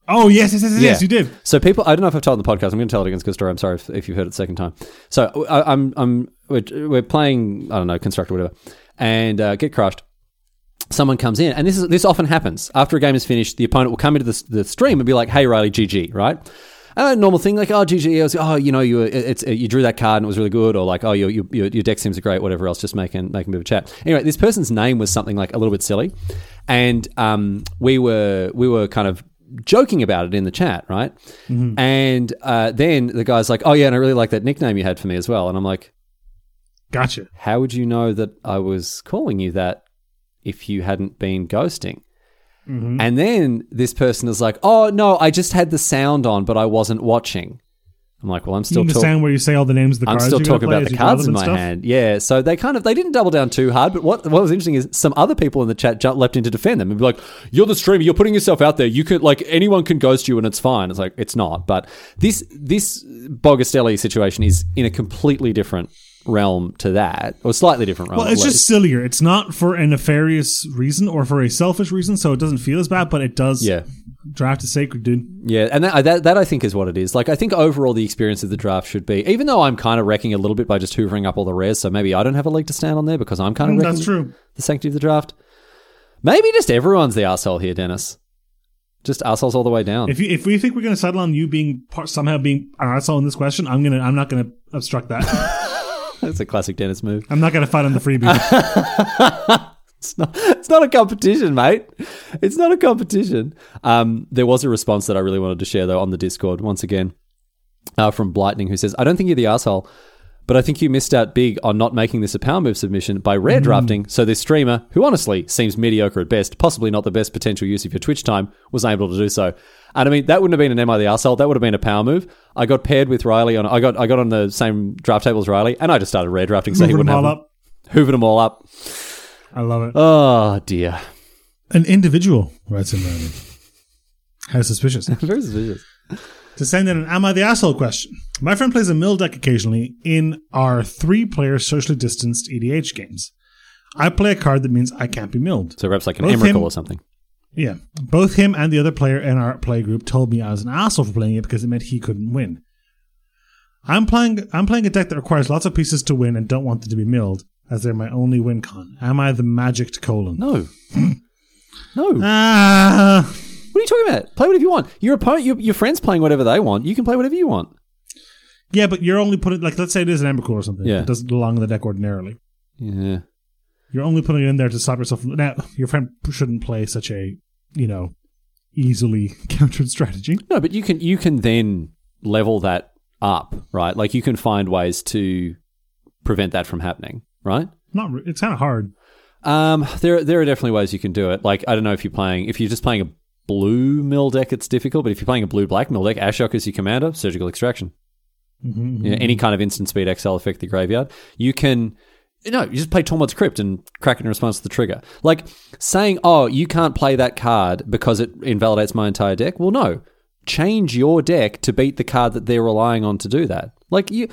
[SPEAKER 2] oh yes, yes, yes, yes, you did.
[SPEAKER 1] So people, I don't know if I've told on the podcast. I'm going to tell it again because story. I'm sorry if, if you've heard it the second time. So I, I'm I'm we're, we're playing I don't know construct or whatever, and uh, get crushed. Someone comes in, and this is this often happens after a game is finished. The opponent will come into the, s- the stream and be like, "Hey, Riley, GG," right? And a normal thing like, "Oh, GG," I was, "Oh, you know, you were- it's you drew that card and it was really good," or like, "Oh, your your, your your deck seems great," whatever else. Just making making a bit of a chat. Anyway, this person's name was something like a little bit silly, and um, we were we were kind of joking about it in the chat, right? And uh, then the guy's like, "Oh yeah, and I really like that nickname you had for me as well." And I'm like,
[SPEAKER 2] Gotcha.
[SPEAKER 1] "How would you know that I was calling you that if you hadn't been ghosting?"
[SPEAKER 2] Mm-hmm.
[SPEAKER 1] And then this person is like, "Oh no, I just had the sound on, but I wasn't watching." I'm like, well, I'm
[SPEAKER 2] You
[SPEAKER 1] still
[SPEAKER 2] mean the
[SPEAKER 1] talk-
[SPEAKER 2] sound where you say all the names of the
[SPEAKER 1] I'm
[SPEAKER 2] cards?
[SPEAKER 1] still
[SPEAKER 2] you're gonna
[SPEAKER 1] talking
[SPEAKER 2] play
[SPEAKER 1] about
[SPEAKER 2] as
[SPEAKER 1] the
[SPEAKER 2] you draw
[SPEAKER 1] cards in
[SPEAKER 2] them
[SPEAKER 1] my
[SPEAKER 2] and stuff?
[SPEAKER 1] hand. Yeah, so they kind of they didn't double down too hard, but what what was interesting is some other people in the chat ju- leapt in to defend them and be like, "You're the streamer, you're putting yourself out there. You could like anyone can ghost you and it's fine." It's like it's not, but this this Bogastelli situation is in a completely different realm to that, or slightly different realm.
[SPEAKER 2] Well,
[SPEAKER 1] at
[SPEAKER 2] it's
[SPEAKER 1] least.
[SPEAKER 2] just sillier. It's not for a nefarious reason or for a selfish reason, so it doesn't feel as bad, but it does.
[SPEAKER 1] Yeah.
[SPEAKER 2] Draft is sacred, dude.
[SPEAKER 1] Yeah, and that, that that I think is what it is. Like, I think overall the experience of the draft should be, even though I'm kind of wrecking a little bit by just hoovering up all the rares, so maybe I don't have a leg to stand on there because I'm kind of
[SPEAKER 2] Mm,
[SPEAKER 1] wrecking
[SPEAKER 2] that's true.
[SPEAKER 1] the sanctity of the draft. Maybe just everyone's the arsehole here, Dennis. Just arseholes all the way down.
[SPEAKER 2] (laughs) If you, if we think we're going to settle on you being part, somehow being an asshole in this question, I'm gonna I'm not gonna
[SPEAKER 1] (laughs)
[SPEAKER 2] obstruct that.
[SPEAKER 1] That's a classic Dennis move.
[SPEAKER 2] I'm not gonna fight on the
[SPEAKER 1] (laughs)
[SPEAKER 2] freebie.
[SPEAKER 1] It's not, it's not a competition, mate. It's not a competition. Um, there was a response that I really wanted to share, though, on the Discord once again uh, from Blightning, who says, I don't think you're the asshole, but I think you missed out big on not making this a power move submission by
[SPEAKER 2] Hmm.
[SPEAKER 1] rare drafting. So this streamer, who honestly seems mediocre at best, possibly not the best potential use of your Twitch time, was able to do so. And I mean, that wouldn't have been an Am I the arsehole? That would have been a power move. I got paired with Riley on. I got I got on the same draft table as Riley, and I just started rare drafting, so he
[SPEAKER 2] Moving
[SPEAKER 1] wouldn't
[SPEAKER 2] them all
[SPEAKER 1] have
[SPEAKER 2] up.
[SPEAKER 1] hoovered them all up.
[SPEAKER 2] I love it.
[SPEAKER 1] Oh dear.
[SPEAKER 2] Uh, An individual writes in Roman. How suspicious. (laughs)
[SPEAKER 1] Very suspicious.
[SPEAKER 2] to send in an Am I the Asshole question. My friend plays a mill deck occasionally in our three player socially distanced EDH games. I play a card that means I can't be milled.
[SPEAKER 1] So perhaps like an
[SPEAKER 2] Both
[SPEAKER 1] Emrakul
[SPEAKER 2] him-
[SPEAKER 1] or something.
[SPEAKER 2] Yeah. Both him and the other player in our play group told me I was an asshole for playing it because it meant he couldn't win. I'm playing I'm playing a deck that requires lots of pieces to win and don't want them to be milled, as they're my only win con. Am I the magicked colon?
[SPEAKER 1] No. (clears throat) no. What
[SPEAKER 2] Ah,
[SPEAKER 1] are you talking about? Play whatever you want. Your opponent, your, your friend's playing whatever they want. You can play whatever you want.
[SPEAKER 2] yeah, but you're only putting like let's say it is an Embercool or something.
[SPEAKER 1] Yeah.
[SPEAKER 2] It doesn't belong in the deck ordinarily.
[SPEAKER 1] Yeah.
[SPEAKER 2] You're only putting it in there to stop yourself from. Now, your friend shouldn't play such a, you know, easily (laughs) countered strategy.
[SPEAKER 1] No, but you can you can then level that up, right? Like you can find ways to prevent that from happening, right?
[SPEAKER 2] Not. re- It's kind of hard.
[SPEAKER 1] Um, there there are definitely ways you can do it. Like I don't know if you're playing if you're just playing a blue mill deck, it's difficult. But if you're playing a blue black mill deck, Ashok is your commander, surgical extraction.
[SPEAKER 2] Mhm.
[SPEAKER 1] you know, any kind of instant speed XL affect the graveyard. You can no, you just play Tormod's Crypt and crack in response to the trigger. Like saying, "Oh, you can't play that card because it invalidates my entire deck." Well, no, change your deck to beat the card that they're relying on to do that. Like you,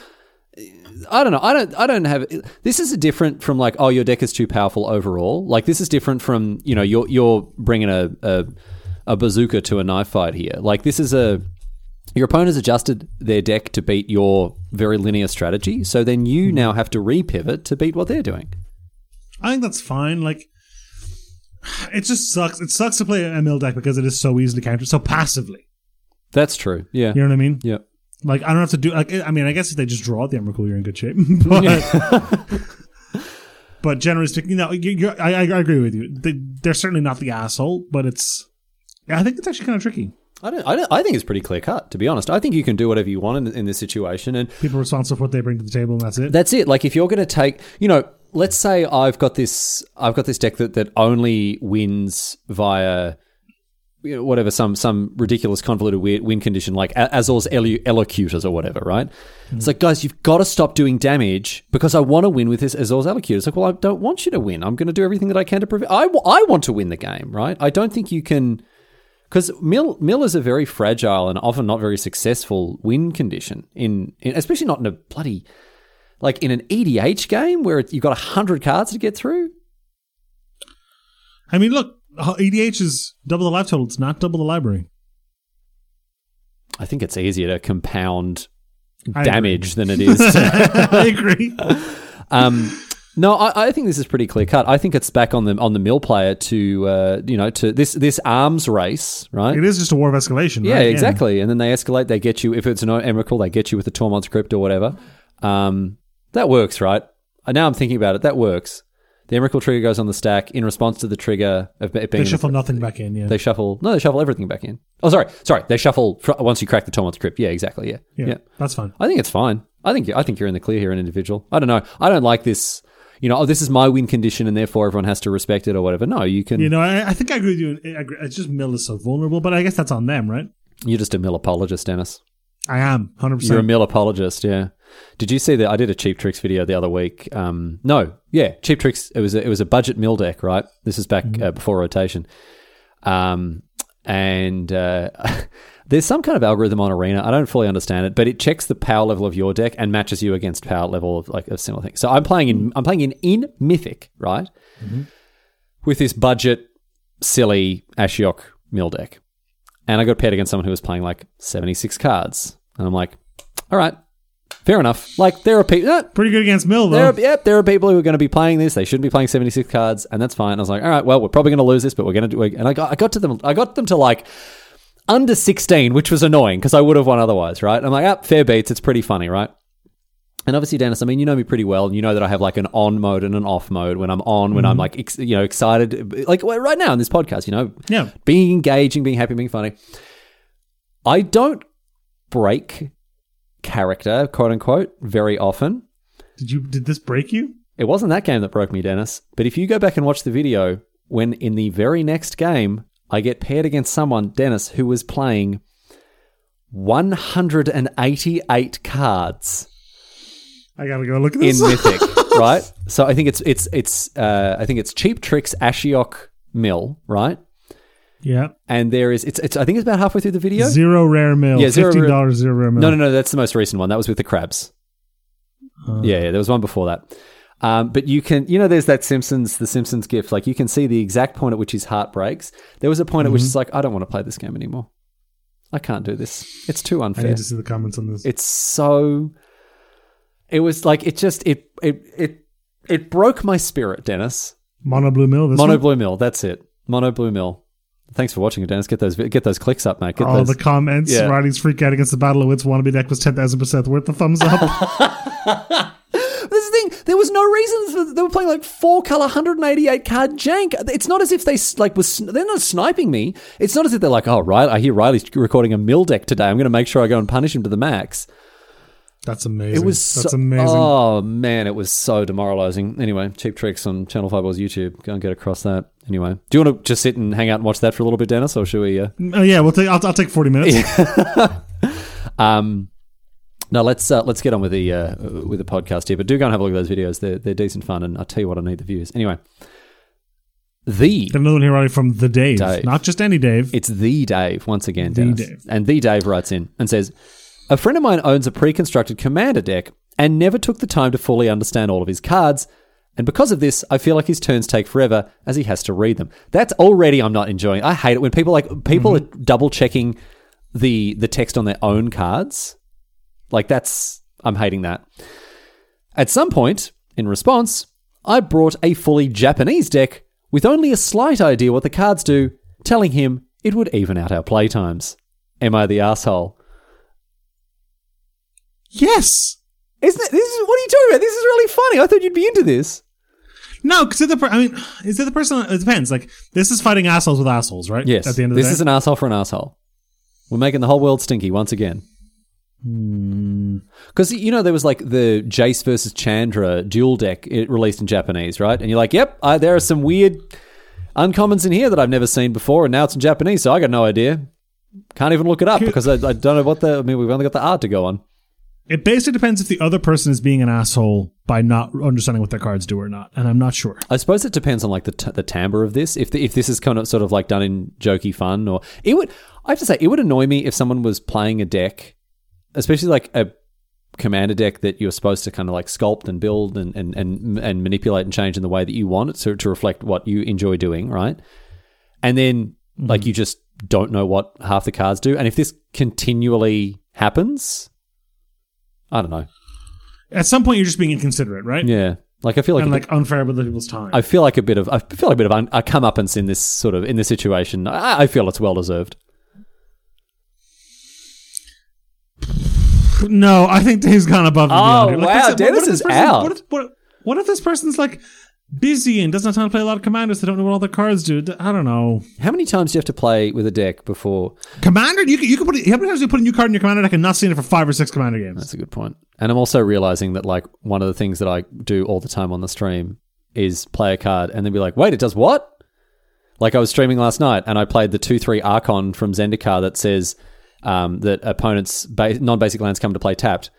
[SPEAKER 1] I don't know. I don't. I don't have. This is different from like, oh, your deck is too powerful overall. Like this is different from you know you're you're bringing a a, a bazooka to a knife fight here. Like this is a your opponent has adjusted their deck to beat your very linear strategy. So then you now have to repivot to beat what they're doing.
[SPEAKER 2] I think that's fine. Like, it just sucks. It sucks to play a mill deck because it is so easily countered, so passively.
[SPEAKER 1] That's true. Yeah.
[SPEAKER 2] You know what I mean?
[SPEAKER 1] Yeah.
[SPEAKER 2] Like, I don't have to do. Like, I mean, I guess if they just draw the Emrakul, you're in good shape. (laughs) but, but generally speaking, no, you- you're, I, I agree with you. They, they're certainly not the asshole, but it's. I think it's actually kind of tricky.
[SPEAKER 1] I don't, I don't. I think it's pretty clear cut. To be honest, I think you can do whatever you want in, in this situation, and
[SPEAKER 2] People are responsible for what they bring to the table, and that's it.
[SPEAKER 1] That's it. Like if you're going to take, you know, let's say I've got this, I've got this deck that that only wins via you know, whatever some some ridiculous convoluted weird win condition like A- Azor's Elu- Elocutors or whatever, right? It's like, guys, you've got to stop doing damage because I want to win with this Azor's Elocutors. Like, well, I don't want you to win. I'm going to do everything that I can to prevent. I wa- I want to win the game, right? I don't think you can. Because mill mill is a very fragile and often not very successful win condition in, in especially not in a bloody like in an EDH game where it, you've got hundred cards to get through.
[SPEAKER 2] I mean, look, EDH is double the life total. It's not double the library.
[SPEAKER 1] I think it's easier to compound
[SPEAKER 2] I agree.
[SPEAKER 1] damage than
[SPEAKER 2] (laughs)
[SPEAKER 1] it is. To,
[SPEAKER 2] I agree.
[SPEAKER 1] um, no, I, I think this is pretty clear cut. I think it's back on the on the mill player to uh, you know to this this arms race, right?
[SPEAKER 2] It is just a war of escalation.
[SPEAKER 1] Yeah,
[SPEAKER 2] right?
[SPEAKER 1] exactly. And then they escalate. They get you if it's an Emrakul, they get you with the Tormod script or whatever. Um, that works, right? Uh, Now I'm thinking about it. That works. The Emrakul trigger goes on the stack in response to the trigger of it being
[SPEAKER 2] They shuffle nothing back in. Yeah.
[SPEAKER 1] They shuffle. No, they shuffle everything back in. Oh, sorry, sorry. They shuffle fr- once you crack the Tormod script. Yeah, exactly. Yeah.
[SPEAKER 2] yeah, That's fine.
[SPEAKER 1] I think it's fine. I think I think you're in the clear here, an individual. I don't know. I don't like this. You know, oh, this is my win condition, and therefore everyone has to respect it or whatever. No, you can.
[SPEAKER 2] You know, I, I think I agree with you. I agree. It's just Mill is so vulnerable, but I guess that's on them, right?
[SPEAKER 1] You're just a mill apologist, Dennis.
[SPEAKER 2] I am 100%.
[SPEAKER 1] You're a meal apologist, yeah. Did you see that? I did a cheap tricks video the other week. Um, no, yeah, cheap tricks. It was a, it was a budget meal deck, right? This is back uh, before rotation. Um, and uh, (laughs) there's some kind of algorithm on Arena. I don't fully understand it, but it checks the power level of your deck and matches you against power level of like a similar thing. So I'm playing in I'm playing in in Mythic, right? With this budget silly Ashiok mill deck. And I got paired against someone who was playing like 76 cards. And I'm like, all right, fair enough. Like, there are people.
[SPEAKER 2] Pretty good against Mill,
[SPEAKER 1] there
[SPEAKER 2] though.
[SPEAKER 1] are, yep, there are people who are going to be playing this. They shouldn't be playing 76 cards, and that's fine. I was like, all right, well, we're probably going to lose this, but we're going to do it. And I got, I got to them, I got them to like under 16, which was annoying because I would have won otherwise, right? I'm like, ah, fair beats. It's pretty funny, right? And obviously, Dennis, I mean, you know me pretty well, and you know that I have like an on mode and an off mode. When I'm on, when I'm like, ex- you know, excited, like well, right now in this podcast, you know,
[SPEAKER 2] Yeah.
[SPEAKER 1] being engaging, being happy, being funny. I don't break character, quote unquote, very often.
[SPEAKER 2] Did you? Did this break you?
[SPEAKER 1] It wasn't that game that broke me, Dennis. But if you go back and watch the video, when in the very next game, I get paired against someone, Dennis, who was playing 188 cards
[SPEAKER 2] I gotta go look at (laughs)
[SPEAKER 1] in
[SPEAKER 2] this.
[SPEAKER 1] Mythic, right? So I think it's it's it's uh, I think it's Cheap Tricks Ashiok Mill, right?
[SPEAKER 2] yeah.
[SPEAKER 1] And there is it's it's I think it's about halfway through the video.
[SPEAKER 2] Zero rare mill.
[SPEAKER 1] Yeah, zero rare-
[SPEAKER 2] Fifteen dollars zero rare mill.
[SPEAKER 1] No, no, no. That's the most recent one. That was with the crabs. yeah, yeah. There was one before that. Um, but you can, you know, there's that Simpsons, the Simpsons gift. Like you can see the exact point at which his heart breaks. There was a point at which it's like, I don't want to play this game anymore. I can't do this. It's too
[SPEAKER 2] I
[SPEAKER 1] unfair.
[SPEAKER 2] need to see the comments on this.
[SPEAKER 1] It's so. It was like it just it it it it broke my spirit, Dennis.
[SPEAKER 2] Mono blue mill. This
[SPEAKER 1] Mono
[SPEAKER 2] one?
[SPEAKER 1] Blue Mill. That's it. Mono Blue Mill. Thanks for watching it, Dennis. Get those get those clicks up, mate. Get
[SPEAKER 2] All
[SPEAKER 1] those.
[SPEAKER 2] the comments.
[SPEAKER 1] Yeah.
[SPEAKER 2] Riding's freak out against the Battle of Wits. Wannabe deck was ten thousand percent worth. The thumbs
[SPEAKER 1] (laughs)
[SPEAKER 2] up.
[SPEAKER 1] This is the thing. There was no reason for they were playing like four color, 188 card jank. It's not as if they s- like was they're not sniping me. It's not as if they're like, oh, Riley, I hear Riley's recording a mill deck today. I'm going to make sure I go and punish him to the max.
[SPEAKER 2] That's amazing.
[SPEAKER 1] It was
[SPEAKER 2] That's
[SPEAKER 1] so,
[SPEAKER 2] amazing.
[SPEAKER 1] Oh man, it was so demoralizing. Anyway, cheap tricks on Channel Five Boys YouTube. Go and get across that. Anyway, do you want to just sit and hang out and watch that for a little bit, Dennis, or should we? Uh,
[SPEAKER 2] Oh yeah, we'll take. I'll, I'll take forty minutes.
[SPEAKER 1] Um, no, let's uh, let's get on with the uh, with the podcast here. But do go and have a look at those videos. They're they're decent fun, and I'll tell you what, I need the views anyway. The
[SPEAKER 2] Got another one here already from the Dave.
[SPEAKER 1] Dave.
[SPEAKER 2] Not just any Dave.
[SPEAKER 1] it's the Dave once again, Dennis.
[SPEAKER 2] Dave.
[SPEAKER 1] And the Dave writes in and says, "A friend of mine owns a pre-constructed commander deck and never took the time to fully understand all of his cards." And because of this, I feel like his turns take forever as he has to read them. That's already I'm not enjoying. I hate it when people like people
[SPEAKER 2] Mm-hmm.
[SPEAKER 1] are double checking the the text on their own cards. Like that's I'm hating that. At some point, in response, I brought a fully Japanese deck with only a slight idea what the cards do, telling him it would even out our playtimes. Am I the asshole?
[SPEAKER 2] yes.
[SPEAKER 1] Isn't it? This is what are you talking about? This is really funny. I thought you'd be into this.
[SPEAKER 2] No, because the. Per- I mean, is it the person? It depends. Like this is fighting assholes with assholes, right?
[SPEAKER 1] Yes.
[SPEAKER 2] At the end of
[SPEAKER 1] this
[SPEAKER 2] the day,
[SPEAKER 1] is an asshole for an asshole. We're making the whole world stinky once again.
[SPEAKER 2] Hmm.
[SPEAKER 1] Because you know there was like the Jace versus Chandra dual deck it released in Japanese, right? And you're like, "Yep, I, there are some weird uncommons in here that I've never seen before, and now it's in Japanese, so I got no idea. Can't even look it up because I, I don't know what the. I mean, we've only got the art to go on.
[SPEAKER 2] it basically depends if the other person is being an asshole by not understanding what their cards do or not, and I'm not sure.
[SPEAKER 1] I suppose it depends on like the t- the timbre of this. If the, if this is kind of sort of like done in jokey fun, or it would, I have to say, it would annoy me if someone was playing a deck, especially like a commander deck that you're supposed to kind of like sculpt and build and and and, and manipulate and change in the way that you want it, so to reflect what you enjoy doing, right? And then like you just don't know what half the cards do, and if this continually happens, I don't know.
[SPEAKER 2] At some point, you're just being inconsiderate, right?
[SPEAKER 1] Yeah, like I feel like
[SPEAKER 2] And
[SPEAKER 1] a bit-
[SPEAKER 2] like unfair with other people's time.
[SPEAKER 1] I feel like a bit of I feel like a bit of un- a comeuppance in this sort of in this situation. I, I feel it's well deserved.
[SPEAKER 2] (laughs) no, I think Dave's gone above and
[SPEAKER 1] Oh,
[SPEAKER 2] beyond.
[SPEAKER 1] wow,
[SPEAKER 2] here. for example,
[SPEAKER 1] Dennis
[SPEAKER 2] what if this
[SPEAKER 1] is
[SPEAKER 2] person-
[SPEAKER 1] out.
[SPEAKER 2] What if, what, what if this person's like busy and doesn't have time to play a lot of commanders? They don't know what all their cards do. D- I don't know.
[SPEAKER 1] How many times do you have to play with a deck before?
[SPEAKER 2] Commander, you can, you can put it, how many times do you put a new card in your commander deck and not seen it for five or six commander games?
[SPEAKER 1] That's a good point. And I'm also realizing that like one of the things that I do all the time on the stream is play a card and then be like, wait, it does what? Like I was streaming last night and I played the two three Archon from Zendikar that says. um, that opponents' ba- non-basic lands come to play tapped.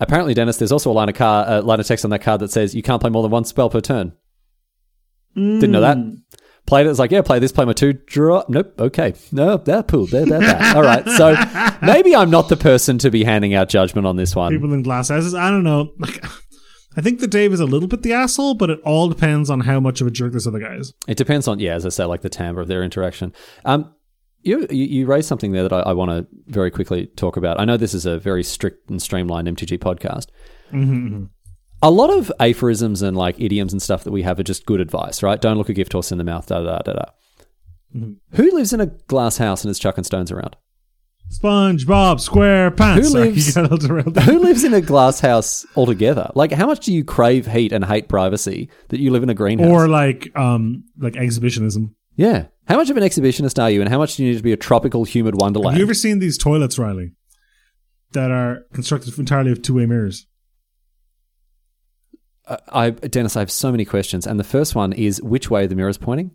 [SPEAKER 1] Apparently, Dennis, there's also a line of car, uh, line of text on that card that says you can't play more than one spell per turn. Didn't know that. Played it. It's like, yeah, play this, play my two, draw. Nope. Okay. No, that pool. That, that, that. All right. So maybe I'm not the person to be handing out judgment on this one.
[SPEAKER 2] people in glass houses. I don't know. Like, (laughs) I think that Dave is a little bit the asshole, but it all depends on how much of a jerk this other guy is.
[SPEAKER 1] It depends on, yeah, as I say, like the timbre of their interaction. Um, you, you you raised something there that I, I want to very quickly talk about. I know this is a very strict and streamlined MTG podcast.
[SPEAKER 2] Mm-hmm,
[SPEAKER 1] A lot of aphorisms and like idioms and stuff that we have are just good advice, right? Don't look a gift horse in the mouth, da da da da.
[SPEAKER 2] Mm-hmm.
[SPEAKER 1] Who lives in a glass house and is chucking stones around? (laughs)
[SPEAKER 2] SpongeBob SquarePants.
[SPEAKER 1] Who
[SPEAKER 2] Sorry,
[SPEAKER 1] lives-
[SPEAKER 2] you got all derailed there.
[SPEAKER 1] Who lives in a glass house altogether? Like, how much do you crave heat and hate privacy that you live in a greenhouse?
[SPEAKER 2] Or like, um, like exhibitionism.
[SPEAKER 1] yeah. How much of an exhibitionist are you, and how much do you need to be a tropical, humid wonderland?
[SPEAKER 2] Have you ever seen these toilets, Riley, that are constructed entirely of two-way mirrors?
[SPEAKER 1] I, Dennis, I have so many questions, and the first one is which way the mirror's pointing.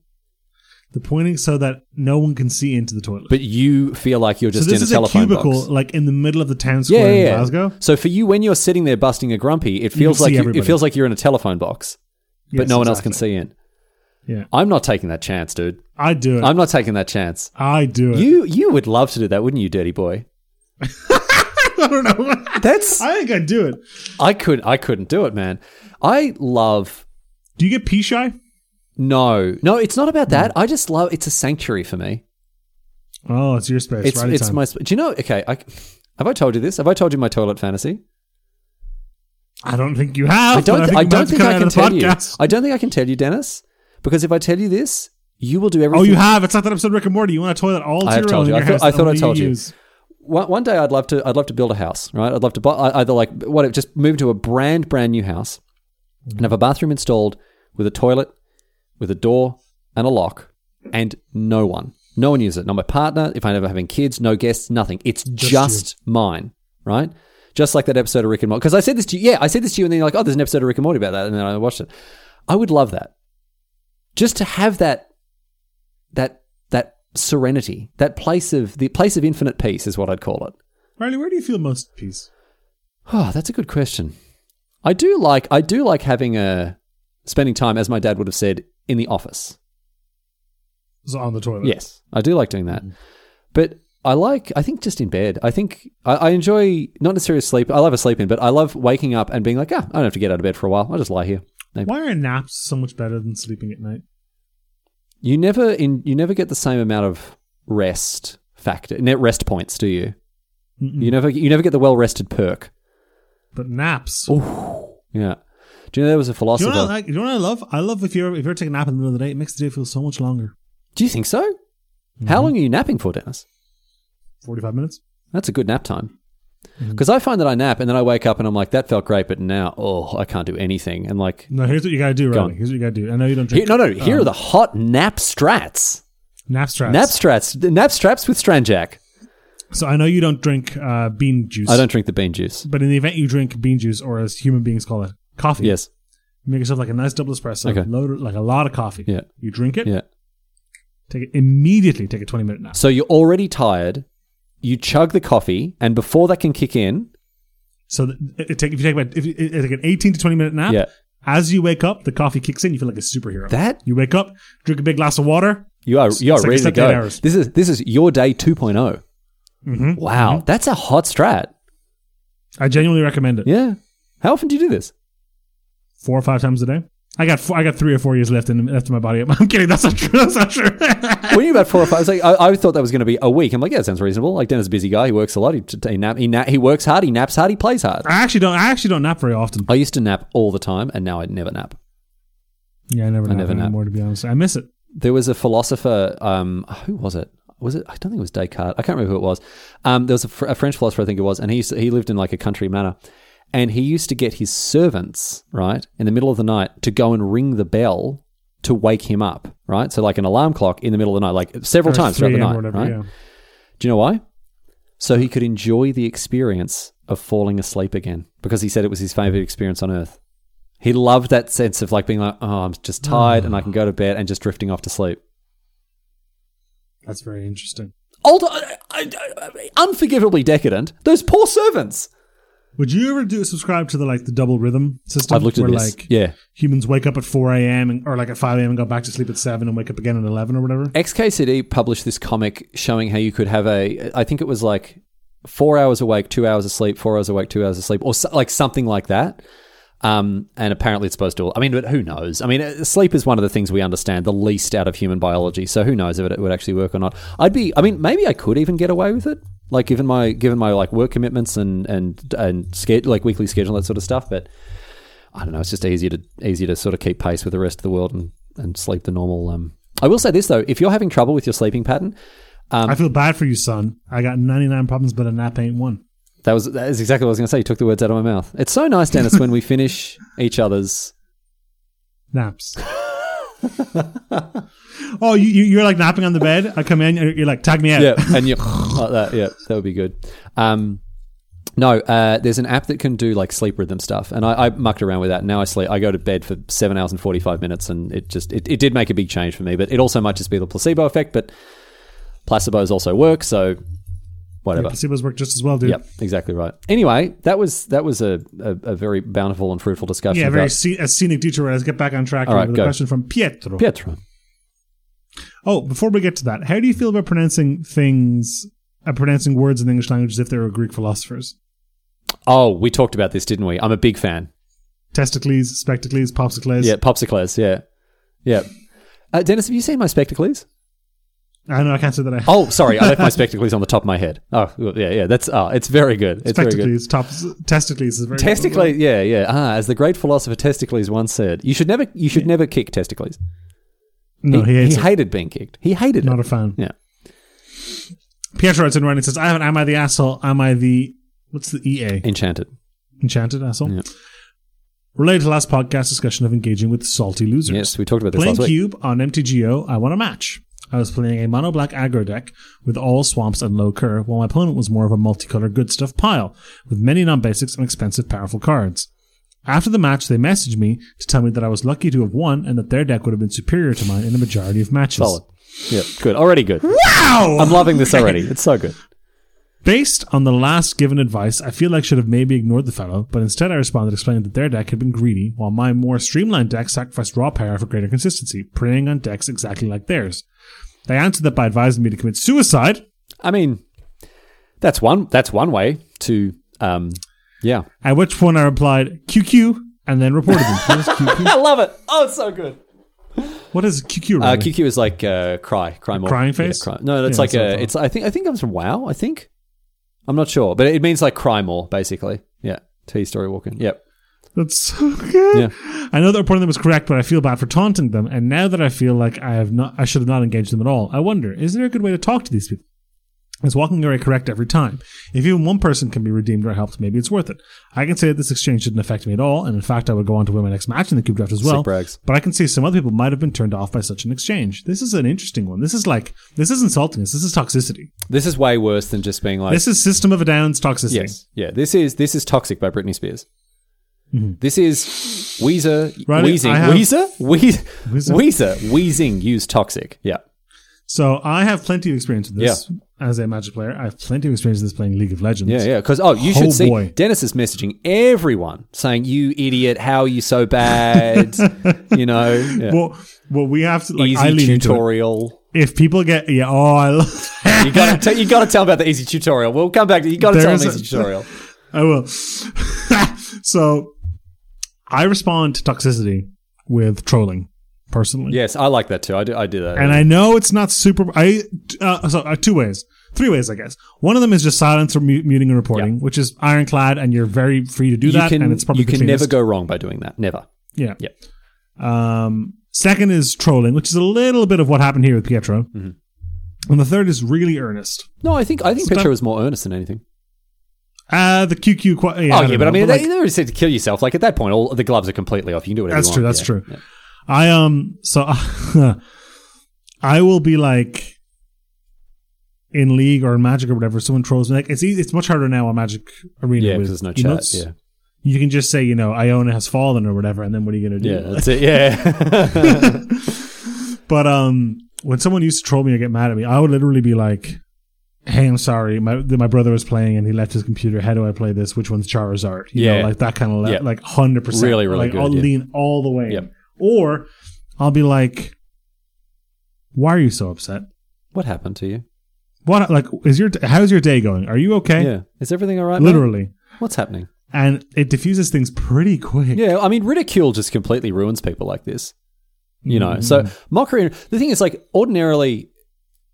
[SPEAKER 2] The pointing so that no one can see into the toilet.
[SPEAKER 1] But you feel like you're
[SPEAKER 2] so
[SPEAKER 1] just
[SPEAKER 2] this
[SPEAKER 1] in a
[SPEAKER 2] is a
[SPEAKER 1] telephone
[SPEAKER 2] cubicle,
[SPEAKER 1] box.
[SPEAKER 2] like in the middle of the town
[SPEAKER 1] Yeah,
[SPEAKER 2] square
[SPEAKER 1] yeah,
[SPEAKER 2] in
[SPEAKER 1] yeah.
[SPEAKER 2] Glasgow.
[SPEAKER 1] So for you, when you're sitting there busting a grumpy, it feels
[SPEAKER 2] see
[SPEAKER 1] like you, it
[SPEAKER 2] everybody.
[SPEAKER 1] feels like you're in a telephone box, but
[SPEAKER 2] Yes,
[SPEAKER 1] no one else
[SPEAKER 2] exactly.
[SPEAKER 1] can see in.
[SPEAKER 2] Yeah,
[SPEAKER 1] I'm not taking that chance, dude.
[SPEAKER 2] I do it. i
[SPEAKER 1] I'm not taking that chance.
[SPEAKER 2] do it.
[SPEAKER 1] You you would love to do that, wouldn't you, dirty boy?
[SPEAKER 2] (laughs) I don't know.
[SPEAKER 1] That's
[SPEAKER 2] I think I do it.
[SPEAKER 1] I could I couldn't do it, man. I love
[SPEAKER 2] Do you get pee shy?
[SPEAKER 1] no no. It's not about
[SPEAKER 2] Hmm.
[SPEAKER 1] that. I just love it's a sanctuary for me.
[SPEAKER 2] Oh, it's your space.
[SPEAKER 1] It's
[SPEAKER 2] Riley
[SPEAKER 1] it's
[SPEAKER 2] time.
[SPEAKER 1] my. sp- Do you know? Okay, I, have I told you this? Have I told you my toilet fantasy?
[SPEAKER 2] I don't think you have.
[SPEAKER 1] I don't.
[SPEAKER 2] but
[SPEAKER 1] I,
[SPEAKER 2] you might
[SPEAKER 1] don't
[SPEAKER 2] have to
[SPEAKER 1] think
[SPEAKER 2] cut
[SPEAKER 1] I
[SPEAKER 2] out
[SPEAKER 1] can
[SPEAKER 2] of the
[SPEAKER 1] tell you.
[SPEAKER 2] podcast.
[SPEAKER 1] I don't think I can tell you, Dennis, because if I tell you this, you will do everything.
[SPEAKER 2] Oh, you have. It's not that episode of Rick and Morty. You want a toilet all
[SPEAKER 1] I
[SPEAKER 2] to
[SPEAKER 1] have
[SPEAKER 2] your
[SPEAKER 1] told
[SPEAKER 2] own
[SPEAKER 1] you.
[SPEAKER 2] in
[SPEAKER 1] I
[SPEAKER 2] your
[SPEAKER 1] thought-
[SPEAKER 2] house
[SPEAKER 1] I
[SPEAKER 2] that
[SPEAKER 1] thought I
[SPEAKER 2] only
[SPEAKER 1] told you.
[SPEAKER 2] use.
[SPEAKER 1] One, one day, I'd love to. I'd love to build a house, right? I'd love to buy, either like what just move to a brand brand new house and have a bathroom installed with a toilet, with a door and a lock, and no one, no one uses it. Not my partner. If I'm ever having kids, no guests, nothing. It's just, mine, right? Just like that episode of Rick and Morty. Because I said this to you. Yeah, I said this to you, and then you're like, "Oh, there's an episode of Rick and Morty about that," and then I watched it. I would love that. Just to have that that that serenity, that place of the place of infinite peace is what I'd call it.
[SPEAKER 2] Riley, where do you feel most at peace?
[SPEAKER 1] Oh, that's a good question. I do like I do like having a spending time, as my dad would have said, in the office.
[SPEAKER 2] Is on the toilet.
[SPEAKER 1] Yes, I do like doing that. But I like I think just in bed. I think I, I enjoy not necessarily sleep. I love a sleep in, but I love waking up and being like, ah, I don't have to get out of bed for a while. I'll just lie here. Maybe.
[SPEAKER 2] Why are naps so much better than sleeping at night?
[SPEAKER 1] You never in you never get the same amount of rest factor net rest points, do you?
[SPEAKER 2] Mm-mm.
[SPEAKER 1] You never you never get the well rested perk.
[SPEAKER 2] But naps.
[SPEAKER 1] Yeah. Do you know there was a
[SPEAKER 2] do
[SPEAKER 1] philosopher?
[SPEAKER 2] you, know what I, like- you know what I love? I love if you're if you're taking a nap in the middle of the day, it makes the day feel so much longer.
[SPEAKER 1] Do you think so? How long are you napping for, Dennis?
[SPEAKER 2] Forty five minutes.
[SPEAKER 1] That's a good nap time. Because I find that I nap and then I wake up and I'm like, that felt great, but now, oh, I can't do anything. And like,
[SPEAKER 2] No, here's what you gotta do,
[SPEAKER 1] Go
[SPEAKER 2] Riley.
[SPEAKER 1] on.
[SPEAKER 2] Here's what you gotta do. I know you don't
[SPEAKER 1] here,
[SPEAKER 2] drink. um,
[SPEAKER 1] no, no, here are the hot nap strats.
[SPEAKER 2] nap straps.
[SPEAKER 1] Nap strats. Nap straps with Stranjack.
[SPEAKER 2] So I know you don't drink uh, bean juice.
[SPEAKER 1] I don't drink the bean juice.
[SPEAKER 2] But in the event you drink bean juice, or as human beings call it, coffee.
[SPEAKER 1] Yes.
[SPEAKER 2] Make yourself like a nice double espresso,
[SPEAKER 1] Okay.
[SPEAKER 2] load, like a lot of coffee.
[SPEAKER 1] Yeah.
[SPEAKER 2] You drink it,
[SPEAKER 1] Yeah.
[SPEAKER 2] take it immediately, take a 20 minute nap.
[SPEAKER 1] So you're already tired. You chug the coffee. And before that can kick in,
[SPEAKER 2] So th- it, it take, if you take about if you, it, it- like an 18 to 20 minute nap,
[SPEAKER 1] Yeah.
[SPEAKER 2] as you wake up, the coffee kicks in, you feel like a superhero.
[SPEAKER 1] That-
[SPEAKER 2] You wake up, drink a big glass of water.
[SPEAKER 1] you are, you are
[SPEAKER 2] it's like
[SPEAKER 1] ready to
[SPEAKER 2] 78
[SPEAKER 1] go.
[SPEAKER 2] hours.
[SPEAKER 1] This is, this is your day 2.0.
[SPEAKER 2] Mhm.
[SPEAKER 1] Wow. That's a hot strat.
[SPEAKER 2] I genuinely recommend it.
[SPEAKER 1] Yeah. How often do you do this?
[SPEAKER 2] Four or five times a day. I got four, I got three or four years left in left in my body. (laughs) I'm kidding. That's not true. That's not true. (laughs)
[SPEAKER 1] when you about four or five, I was like, I, I thought that was going to be a week. I'm like, yeah, that sounds reasonable. Like, Dennis is a busy guy. He works a lot. He, he, nap, he, nap, he works hard. He naps hard. He plays hard.
[SPEAKER 2] I actually don't. I actually don't nap very often.
[SPEAKER 1] I used to nap all the time, and now I never nap.
[SPEAKER 2] Yeah, I never nap
[SPEAKER 1] never nap.
[SPEAKER 2] anymore. To be honest, I miss it.
[SPEAKER 1] There was a philosopher. Um, who was it? Was it? I don't think it was Descartes. I can't remember who it was. Um, there was a, fr- a French philosopher, I think it was, and he used to- he lived in like a country manor, and he used to get his servants right in the middle of the night to go and ring the bell to wake him up. Right, so like an alarm clock in the middle of the night, like several
[SPEAKER 2] Or
[SPEAKER 1] times throughout the
[SPEAKER 2] 3 a.m.
[SPEAKER 1] night.
[SPEAKER 2] or whatever.
[SPEAKER 1] right?
[SPEAKER 2] Yeah.
[SPEAKER 1] Do you know why? So he could enjoy the experience of falling asleep again because he said it was his favorite experience on earth. He loved that sense of like being like, oh, I'm just tired and I can go to bed and just drifting off to sleep.
[SPEAKER 2] That's very interesting.
[SPEAKER 1] Ulti- I- I- uh, unforgivably decadent. Those poor servants.
[SPEAKER 2] Would you ever do subscribe to the like the double rhythm system?
[SPEAKER 1] I've looked at
[SPEAKER 2] where,
[SPEAKER 1] this.
[SPEAKER 2] Like,
[SPEAKER 1] Yeah.
[SPEAKER 2] humans wake up at four a.m. and or like at five a.m. and go back to sleep at seven and wake up again at eleven or whatever.
[SPEAKER 1] XKCD published this comic showing how you could have a, I think it was like four hours awake, two hours asleep, four hours awake, two hours asleep, or so, like something like that. Um, and apparently it's supposed to, I mean, but who knows? I mean, uh, sleep is one of the things we understand the least out of human biology. So who knows if it would actually work or not? I'd be, I mean, maybe I could even get away with it. Like given my, given my like work commitments and, and, and schedule, like weekly schedule, that sort of stuff. But I don't know. It's just easier to easier to sort of keep pace with the rest of the world and, and sleep the normal. Um, I will say this though: if you're having trouble with your sleeping pattern, Um,
[SPEAKER 2] I feel bad for you, son. I got ninety nine problems, but a nap ain't one.
[SPEAKER 1] that was that is exactly what I was going to say. You took the words out of my mouth. It's so nice, Dennis, when we finish each other's.
[SPEAKER 2] Naps. (laughs) oh, you, you you're like napping on the bed. I come in, you're, you're like tag me out.
[SPEAKER 1] Yeah, and you like that. Yeah, that would be good. Um, no, uh, there's an app that can do like sleep rhythm stuff, and I, I mucked around with that. Now I sleep. I go to bed for seven hours and forty five minutes, and it just it, it did make a big change for me. But it also might just be the placebo effect, but placebos also work, so whatever.
[SPEAKER 2] Placebos work just as well, dude.
[SPEAKER 1] Yep, exactly right. Anyway, that was that was a, a, a very bountiful and fruitful discussion.
[SPEAKER 2] Yeah, very
[SPEAKER 1] about
[SPEAKER 2] sce- a scenic detour. Let's get back on track
[SPEAKER 1] All
[SPEAKER 2] here
[SPEAKER 1] right,
[SPEAKER 2] with
[SPEAKER 1] go.
[SPEAKER 2] a question from Pietro.
[SPEAKER 1] Pietro.
[SPEAKER 2] Oh, before we get to that, how do you feel about pronouncing things, uh, pronouncing words in the English language as if they were Greek philosophers?
[SPEAKER 1] Oh, we talked about this, didn't we? I'm a big fan.
[SPEAKER 2] Testicles, spectacles, popsicles.
[SPEAKER 1] Yeah, popsicles. Yeah, yeah. Uh, Dennis, have you seen my spectacles?
[SPEAKER 2] I know I can't say that. I
[SPEAKER 1] Oh, sorry, I left
[SPEAKER 2] (laughs)
[SPEAKER 1] my spectacles on the top of my head. Oh, yeah, yeah. That's oh, it's very good. It's very good.
[SPEAKER 2] spectacles, top, testicles is very
[SPEAKER 1] Testicles, yeah, yeah. Ah, as the great philosopher Testicles once said, you should never, you should never kick testicles.
[SPEAKER 2] No, he, hates it.
[SPEAKER 1] hated being kicked. He hated
[SPEAKER 2] Not
[SPEAKER 1] it.
[SPEAKER 2] a fan.
[SPEAKER 1] yeah.
[SPEAKER 2] Pietro writes in writing says, "I haven't. Am I the asshole? Am I the what's the
[SPEAKER 1] E
[SPEAKER 2] EA
[SPEAKER 1] Enchanted.
[SPEAKER 2] enchanted asshole?" Related to last podcast discussion of engaging with salty losers.
[SPEAKER 1] Yes, we talked about this
[SPEAKER 2] Playing
[SPEAKER 1] last week.
[SPEAKER 2] Cube on MTGO, I won a match. I was playing a mono black aggro deck with all swamps and low curve, while my opponent was more of a multicolor good stuff pile, with many non basics and expensive powerful cards. After the match, they messaged me to tell me that I was lucky to have won and that their deck would have been superior to mine in the majority of matches.
[SPEAKER 1] Solid. Yeah, good. Already good.
[SPEAKER 2] Ow!
[SPEAKER 1] I'm loving this already. It's so good.
[SPEAKER 2] Based on the last given advice, I feel like I should have maybe ignored the fellow, but instead I responded explaining that their deck had been greedy, while my more streamlined deck sacrificed raw power for greater consistency, preying on decks exactly like theirs. They answered that by advising me to commit suicide,
[SPEAKER 1] I mean, that's one. That's one way to. Um, yeah,
[SPEAKER 2] at which point I replied, QQ, and then reported them. What is
[SPEAKER 1] (laughs)
[SPEAKER 2] QQ?
[SPEAKER 1] I love it. Oh, it's so good.
[SPEAKER 2] What is QQ?
[SPEAKER 1] Uh,
[SPEAKER 2] Riley?
[SPEAKER 1] QQ is like uh, cry, cry more,
[SPEAKER 2] Crying face?
[SPEAKER 1] Yeah, cry. No, that's
[SPEAKER 2] Yeah,
[SPEAKER 1] like
[SPEAKER 2] that's what I
[SPEAKER 1] a.
[SPEAKER 2] thought.
[SPEAKER 1] It's I think I think it comes from WoW. I think I'm not sure, but it means like cry more basically. Yeah, T story walking. Yep.
[SPEAKER 2] That's so good.
[SPEAKER 1] Yeah.
[SPEAKER 2] I know that reporting them was correct, but I feel bad for taunting them. And now that I feel like I have not, I should have not engaged them at all. I wonder, is there a good way to talk to these people? Is walking away correct every time? If even one person can be redeemed or helped, maybe it's worth it. I can say that this exchange didn't affect me at all, and in fact, I would go on to win my next match in the cube draft as well.
[SPEAKER 1] brags.
[SPEAKER 2] But I can see some other people might have been turned off by such an exchange. This is an interesting one. This is like this is insulting us. This is toxicity.
[SPEAKER 1] This is way worse than just being like.
[SPEAKER 2] This is system of a down's toxicity.
[SPEAKER 1] yes. Yeah. This is this is toxic by Britney Spears. This is Weezer,
[SPEAKER 2] Mm-hmm. Right,
[SPEAKER 1] wheezing,
[SPEAKER 2] I have-
[SPEAKER 1] Weezer, Weezer,
[SPEAKER 2] Weezer?
[SPEAKER 1] Weezer, wheezing. Use toxic. Yeah.
[SPEAKER 2] So I have plenty of experience with this as a Magic player. I have plenty of experience with this playing League of Legends.
[SPEAKER 1] Yeah, yeah. Because oh, you should
[SPEAKER 2] Oh,
[SPEAKER 1] see
[SPEAKER 2] boy.
[SPEAKER 1] Dennis is messaging everyone saying, "You idiot! How are you so
[SPEAKER 2] (laughs)
[SPEAKER 1] bad?" you know, yeah.
[SPEAKER 2] Well, well, we have to like I
[SPEAKER 1] easy
[SPEAKER 2] lean into it.
[SPEAKER 1] tutorial.
[SPEAKER 2] If people get yeah, oh, I love. (laughs)
[SPEAKER 1] You got to you got to tell about the easy tutorial. We'll come back to you. Got to
[SPEAKER 2] There
[SPEAKER 1] tell them
[SPEAKER 2] is
[SPEAKER 1] easy
[SPEAKER 2] a-
[SPEAKER 1] tutorial.
[SPEAKER 2] I will. (laughs) so, I respond to toxicity with trolling personally.
[SPEAKER 1] Yes, I like that too. I do. I do that.
[SPEAKER 2] and I know it's not super. I uh, so uh, two ways, three waways, I guess. One of them is just silence or mu- muting and reporting, which is ironclad, and you're very free to do
[SPEAKER 1] you
[SPEAKER 2] that.
[SPEAKER 1] can
[SPEAKER 2] and it's probably
[SPEAKER 1] you
[SPEAKER 2] the
[SPEAKER 1] can never
[SPEAKER 2] cleanest.
[SPEAKER 1] go wrong by doing that. Never.
[SPEAKER 2] Yeah.
[SPEAKER 1] Yeah.
[SPEAKER 2] Um, second is trolling, which is a little bit of what happened here with Pietro.
[SPEAKER 1] Mm-hmm.
[SPEAKER 2] And the third is really earnest.
[SPEAKER 1] No, I think I think
[SPEAKER 2] Sometimes-
[SPEAKER 1] Petra was more earnest than anything.
[SPEAKER 2] Uh, the QQ. Qu- yeah,
[SPEAKER 1] oh yeah,
[SPEAKER 2] don't
[SPEAKER 1] but I
[SPEAKER 2] know,
[SPEAKER 1] mean,
[SPEAKER 2] like,
[SPEAKER 1] you never said to kill yourself. Like at that point, all the gloves are completely off. You can do whatever.
[SPEAKER 2] that's
[SPEAKER 1] you
[SPEAKER 2] true.
[SPEAKER 1] want.
[SPEAKER 2] That's
[SPEAKER 1] Yeah.
[SPEAKER 2] true. I um. So (laughs) I will be like in league or in Magic or whatever. Someone trolls me. Like it's easy, it's much harder now on Magic Arena.
[SPEAKER 1] Yeah, because
[SPEAKER 2] with
[SPEAKER 1] there's no chat.
[SPEAKER 2] emotes.
[SPEAKER 1] Yeah,
[SPEAKER 2] You can just say you know Iona has fallen or whatever, and then what are you gonna do?
[SPEAKER 1] yeah, that's
[SPEAKER 2] (laughs)
[SPEAKER 1] it. Yeah.
[SPEAKER 2] But um, when someone used to troll me or get mad at me, I would literally be like, hey, I'm sorry, my th- my brother was playing and he left his computer. How do I play this? Which one's Charizard? You
[SPEAKER 1] Yeah.
[SPEAKER 2] know, like that kind of le-
[SPEAKER 1] Yeah.
[SPEAKER 2] like hundred percent.
[SPEAKER 1] Really, really
[SPEAKER 2] like,
[SPEAKER 1] good,
[SPEAKER 2] I'll
[SPEAKER 1] yeah.
[SPEAKER 2] lean all the way. in.
[SPEAKER 1] Yep.
[SPEAKER 2] Or I'll be like, why are you so upset?
[SPEAKER 1] (laughs) What happened to you?
[SPEAKER 2] What like is your how's your day going? Are you okay?
[SPEAKER 1] Yeah. Is everything all right? man?
[SPEAKER 2] Literally,
[SPEAKER 1] What's happening?
[SPEAKER 2] and it diffuses things pretty quick.
[SPEAKER 1] Yeah, I mean, ridicule just completely ruins people like this. You know, so
[SPEAKER 2] Mm.
[SPEAKER 1] mockery. The thing is, like, ordinarily,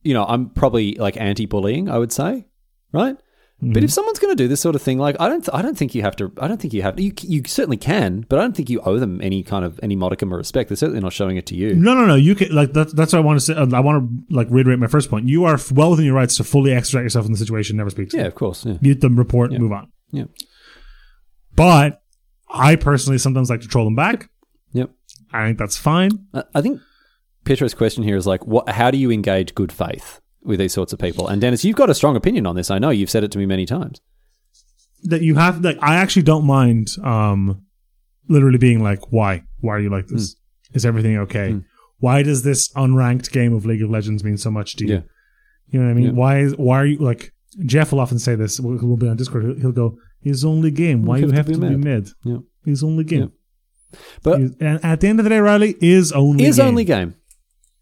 [SPEAKER 1] you know, I'm probably like anti-bullying. I would say, right?
[SPEAKER 2] Mm-hmm.
[SPEAKER 1] But if someone's going to do this sort of thing, like, I don't, I don't think you have to. I don't think you have. You, you certainly can, but I don't think you owe them any kind of any modicum of respect. They're certainly not showing it to you.
[SPEAKER 2] No, no, no. You can like that's that's what I want to say. uh, I want to like reiterate my first point. You are f- well within your rights to fully extricate yourself from the situation. Never speak to
[SPEAKER 1] Yeah,
[SPEAKER 2] them.
[SPEAKER 1] of course. Yeah.
[SPEAKER 2] Mute them. Report. Move on.
[SPEAKER 1] yeah.
[SPEAKER 2] But I personally sometimes like to troll them back.
[SPEAKER 1] Yep.
[SPEAKER 2] I think that's fine.
[SPEAKER 1] I- I think Pietro's question here is like, what? How do you engage good faith with these sorts of people? And Dennis, you've got a strong opinion on this. I know you've said it to me many times.
[SPEAKER 2] That you have like I actually don't mind um literally being like, why? Why are you like this?
[SPEAKER 1] Hmm.
[SPEAKER 2] Is everything okay? Why does this unranked game of League of Legends mean so much to you?
[SPEAKER 1] Yeah.
[SPEAKER 2] You know what I mean?
[SPEAKER 1] Yeah.
[SPEAKER 2] Why is why are you like Jeff will often say this. We'll, we'll be on Discord. He'll, he'll go, "His only game. Why
[SPEAKER 1] You
[SPEAKER 2] you
[SPEAKER 1] have
[SPEAKER 2] have
[SPEAKER 1] to
[SPEAKER 2] to
[SPEAKER 1] be
[SPEAKER 2] be
[SPEAKER 1] mad."
[SPEAKER 2] mid?
[SPEAKER 1] Yeah.
[SPEAKER 2] His only game."
[SPEAKER 1] But
[SPEAKER 2] He's- and at the end of the day, Riley is only
[SPEAKER 1] is
[SPEAKER 2] game.
[SPEAKER 1] only game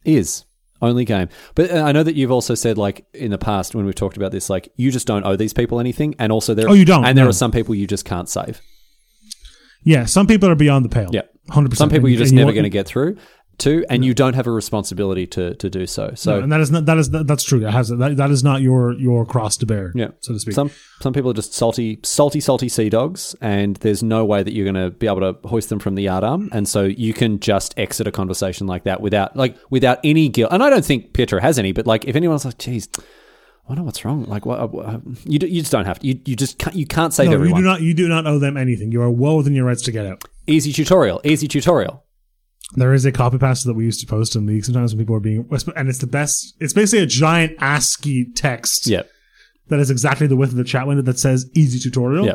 [SPEAKER 1] is only game but uh, i know that you've also said like in the past when we've talked about this like you just don't owe these people anything and also there
[SPEAKER 2] Oh, you don't,
[SPEAKER 1] and there
[SPEAKER 2] no.
[SPEAKER 1] are some people you just can't save
[SPEAKER 2] yeah. Some people are beyond the pale.
[SPEAKER 1] Yeah.
[SPEAKER 2] hundred
[SPEAKER 1] some
[SPEAKER 2] percent.
[SPEAKER 1] people you're just never going to get through to and you don't have a responsibility to to do so so
[SPEAKER 2] And that is not that is that, that's true. That has that, that is not your your cross to bear.
[SPEAKER 1] yeah
[SPEAKER 2] so to speak.
[SPEAKER 1] some some people are just salty salty salty sea dogs and there's no way that you're going to be able to hoist them from the yardarm and so you can just exit a conversation like that without like without any guilt and i don't think Pietro has any but like if anyone's like geez I wonder what's wrong. Like, what, what- you, do, you just don't have to. You, you just can't, you can't save
[SPEAKER 2] no, you
[SPEAKER 1] everyone.
[SPEAKER 2] do not you do not owe them anything. You are well within your rights to get out.
[SPEAKER 1] easy tutorial. Easy tutorial.
[SPEAKER 2] There is a copy pasta that we used to post in league sometimes when people are being and it's the best. It's basically a giant ASCII text
[SPEAKER 1] Yeah,
[SPEAKER 2] that is exactly the width of the chat window that says "easy tutorial."
[SPEAKER 1] yeah.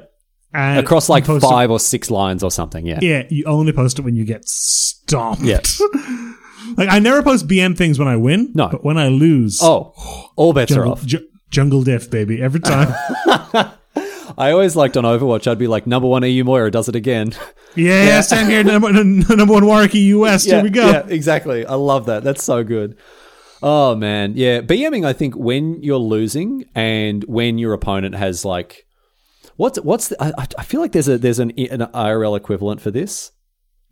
[SPEAKER 2] and
[SPEAKER 1] Across
[SPEAKER 2] you
[SPEAKER 1] like
[SPEAKER 2] post it-
[SPEAKER 1] five or six lines or something. Yeah.
[SPEAKER 2] yeah, you only post it when you get stomped.
[SPEAKER 1] Yeah.
[SPEAKER 2] (laughs) like I never post BM things when I win.
[SPEAKER 1] No.
[SPEAKER 2] but when I lose,
[SPEAKER 1] Oh, all bets are
[SPEAKER 2] jungle,
[SPEAKER 1] off.
[SPEAKER 2] ju- jungle diff, baby, every
[SPEAKER 1] (laughs)
[SPEAKER 2] time.
[SPEAKER 1] I always liked on Overwatch. I'd be like, number one EU Moira does it again. (laughs)
[SPEAKER 2] Yeah, yeah, stand here, number, number one Warwicky US. here we go.
[SPEAKER 1] Yeah, exactly. I love that. That's so good. Oh man, yeah. BMing, I think when you're losing and when your opponent has like, what's what's the, I, I- I feel like there's a there's an, an IRL equivalent for this,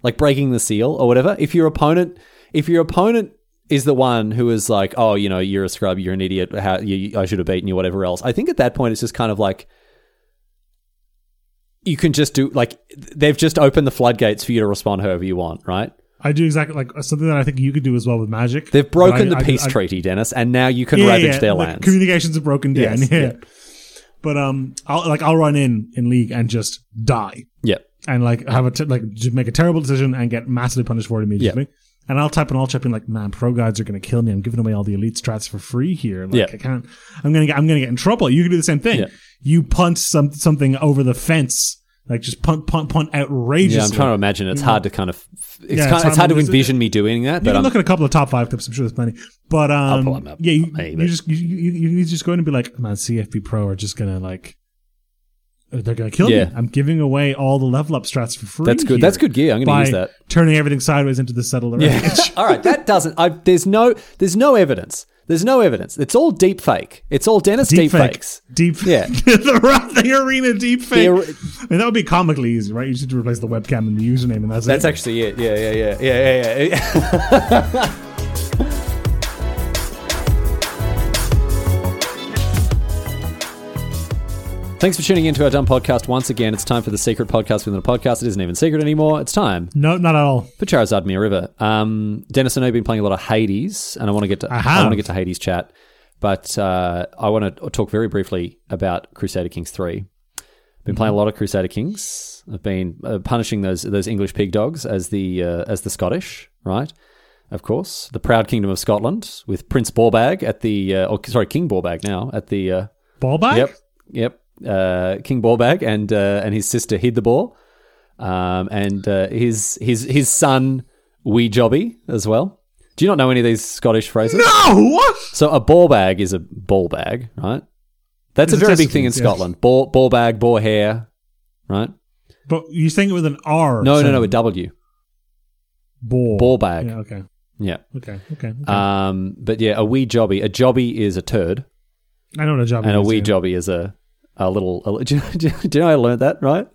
[SPEAKER 1] like breaking the seal or whatever. If your opponent, if your opponent is the one who is like, oh, you know, you're a scrub, you're an idiot, how, you, I should have beaten you, whatever else. I think at that point it's just kind of like. You can just do like they've just opened the floodgates for you to respond however you want, right?
[SPEAKER 2] I do exactly like something that I think you could do as well with magic.
[SPEAKER 1] They've broken
[SPEAKER 2] But I-
[SPEAKER 1] the
[SPEAKER 2] I-
[SPEAKER 1] peace
[SPEAKER 2] I-
[SPEAKER 1] treaty, Dennis, and now you can
[SPEAKER 2] Yeah,
[SPEAKER 1] ravage
[SPEAKER 2] yeah,
[SPEAKER 1] their
[SPEAKER 2] like,
[SPEAKER 1] lands.
[SPEAKER 2] Communications are broken down.
[SPEAKER 1] Yes,
[SPEAKER 2] yeah.
[SPEAKER 1] yeah.
[SPEAKER 2] But um, I'll like I'll run in in league and just die
[SPEAKER 1] yeah,
[SPEAKER 2] and like have a t- like just make a terrible decision and get massively punished for it immediately. And I'll type an all chip in like, man, pro guides are going to kill me. I'm giving away all the elite strats for free here. Like,
[SPEAKER 1] Yeah.
[SPEAKER 2] I can't. I'm gonna get. I'm gonna get in trouble. You can do the same thing.
[SPEAKER 1] Yeah.
[SPEAKER 2] You punt some something over the fence, like just punt, punt, punt outrageously.
[SPEAKER 1] yeah. I'm trying to imagine. It's hard to kind of. It's,
[SPEAKER 2] uh, Yeah,
[SPEAKER 1] kind,
[SPEAKER 2] it's
[SPEAKER 1] it's hard
[SPEAKER 2] hard
[SPEAKER 1] to
[SPEAKER 2] to-
[SPEAKER 1] envision me doing that,
[SPEAKER 2] You
[SPEAKER 1] but
[SPEAKER 2] can
[SPEAKER 1] I'm, (laughs)
[SPEAKER 2] look at a couple of top five clips. I'm sure there's plenty. But um,
[SPEAKER 1] pull 'em up
[SPEAKER 2] yeah, you,
[SPEAKER 1] for me,
[SPEAKER 2] you
[SPEAKER 1] but-
[SPEAKER 2] just you, you, you you just go in and be like, man, CFP Pro are just gonna like, uh, they're gonna kill
[SPEAKER 1] Yeah.
[SPEAKER 2] me. I'm giving away all the level up strats for free.
[SPEAKER 1] That's good.
[SPEAKER 2] here
[SPEAKER 1] That's good gear. I'm gonna
[SPEAKER 2] by
[SPEAKER 1] use that.
[SPEAKER 2] Turning everything sideways into the settler. (laughs)
[SPEAKER 1] yeah. all right, that doesn't. I, there's no. There's no evidence. There's no evidence. It's all deep fake. It's all Dennis (laughs) deep, fakes.
[SPEAKER 2] Deep.
[SPEAKER 1] Yeah.
[SPEAKER 2] (laughs) the Wrath of the arena deep fake.
[SPEAKER 1] ar-
[SPEAKER 2] I mean, that would be comically easy, right? You just need to replace the webcam and the username, and that's,
[SPEAKER 1] That's
[SPEAKER 2] it.
[SPEAKER 1] actually it. Yeah, yeah, yeah, yeah, yeah, yeah. (laughs) Thanks for tuning in to our dumb podcast once again. It's time for the secret podcast within a podcast. It isn't even secret anymore. It's time
[SPEAKER 2] no, not at all.
[SPEAKER 1] for Charizard Mere River. Um, Dennis, I know you've been playing a lot of Hades, and I want to get to I,
[SPEAKER 2] have.
[SPEAKER 1] want to get to Hades chat, but uh, I want to talk very briefly about Crusader Kings three. Been playing a lot of Crusader Kings. I've been uh, punishing those those English pig dogs as the uh, as the Scottish, right? Of course, the proud kingdom of Scotland with Prince Borbag at the uh, or sorry King Borbag now at the uh,
[SPEAKER 2] Ball back.
[SPEAKER 1] Yep, yep. Uh, King Borbag and uh, and his sister hid the ball, um, and uh, his his his son Wee Jobby as well. Do you not know any of these Scottish phrases?
[SPEAKER 2] No. What?
[SPEAKER 1] So a ball bag is a ball bag, right? That's a
[SPEAKER 2] It's a
[SPEAKER 1] very big
[SPEAKER 2] testicle,
[SPEAKER 1] thing in
[SPEAKER 2] yes.
[SPEAKER 1] Scotland. Boar, boar bag, boar hair, right?
[SPEAKER 2] But you think it with an R?
[SPEAKER 1] No, no, no, a
[SPEAKER 2] sound.
[SPEAKER 1] W.
[SPEAKER 2] Ball.
[SPEAKER 1] ball bag.
[SPEAKER 2] Yeah, okay.
[SPEAKER 1] Yeah.
[SPEAKER 2] Okay. Okay. okay.
[SPEAKER 1] Um, but yeah, a wee jobby. A jobby is a turd,
[SPEAKER 2] I know what a job
[SPEAKER 1] and a
[SPEAKER 2] is,
[SPEAKER 1] wee
[SPEAKER 2] yeah.
[SPEAKER 1] jobby is a a little. A, li- (laughs) do, you, do you- do you know I learned that right?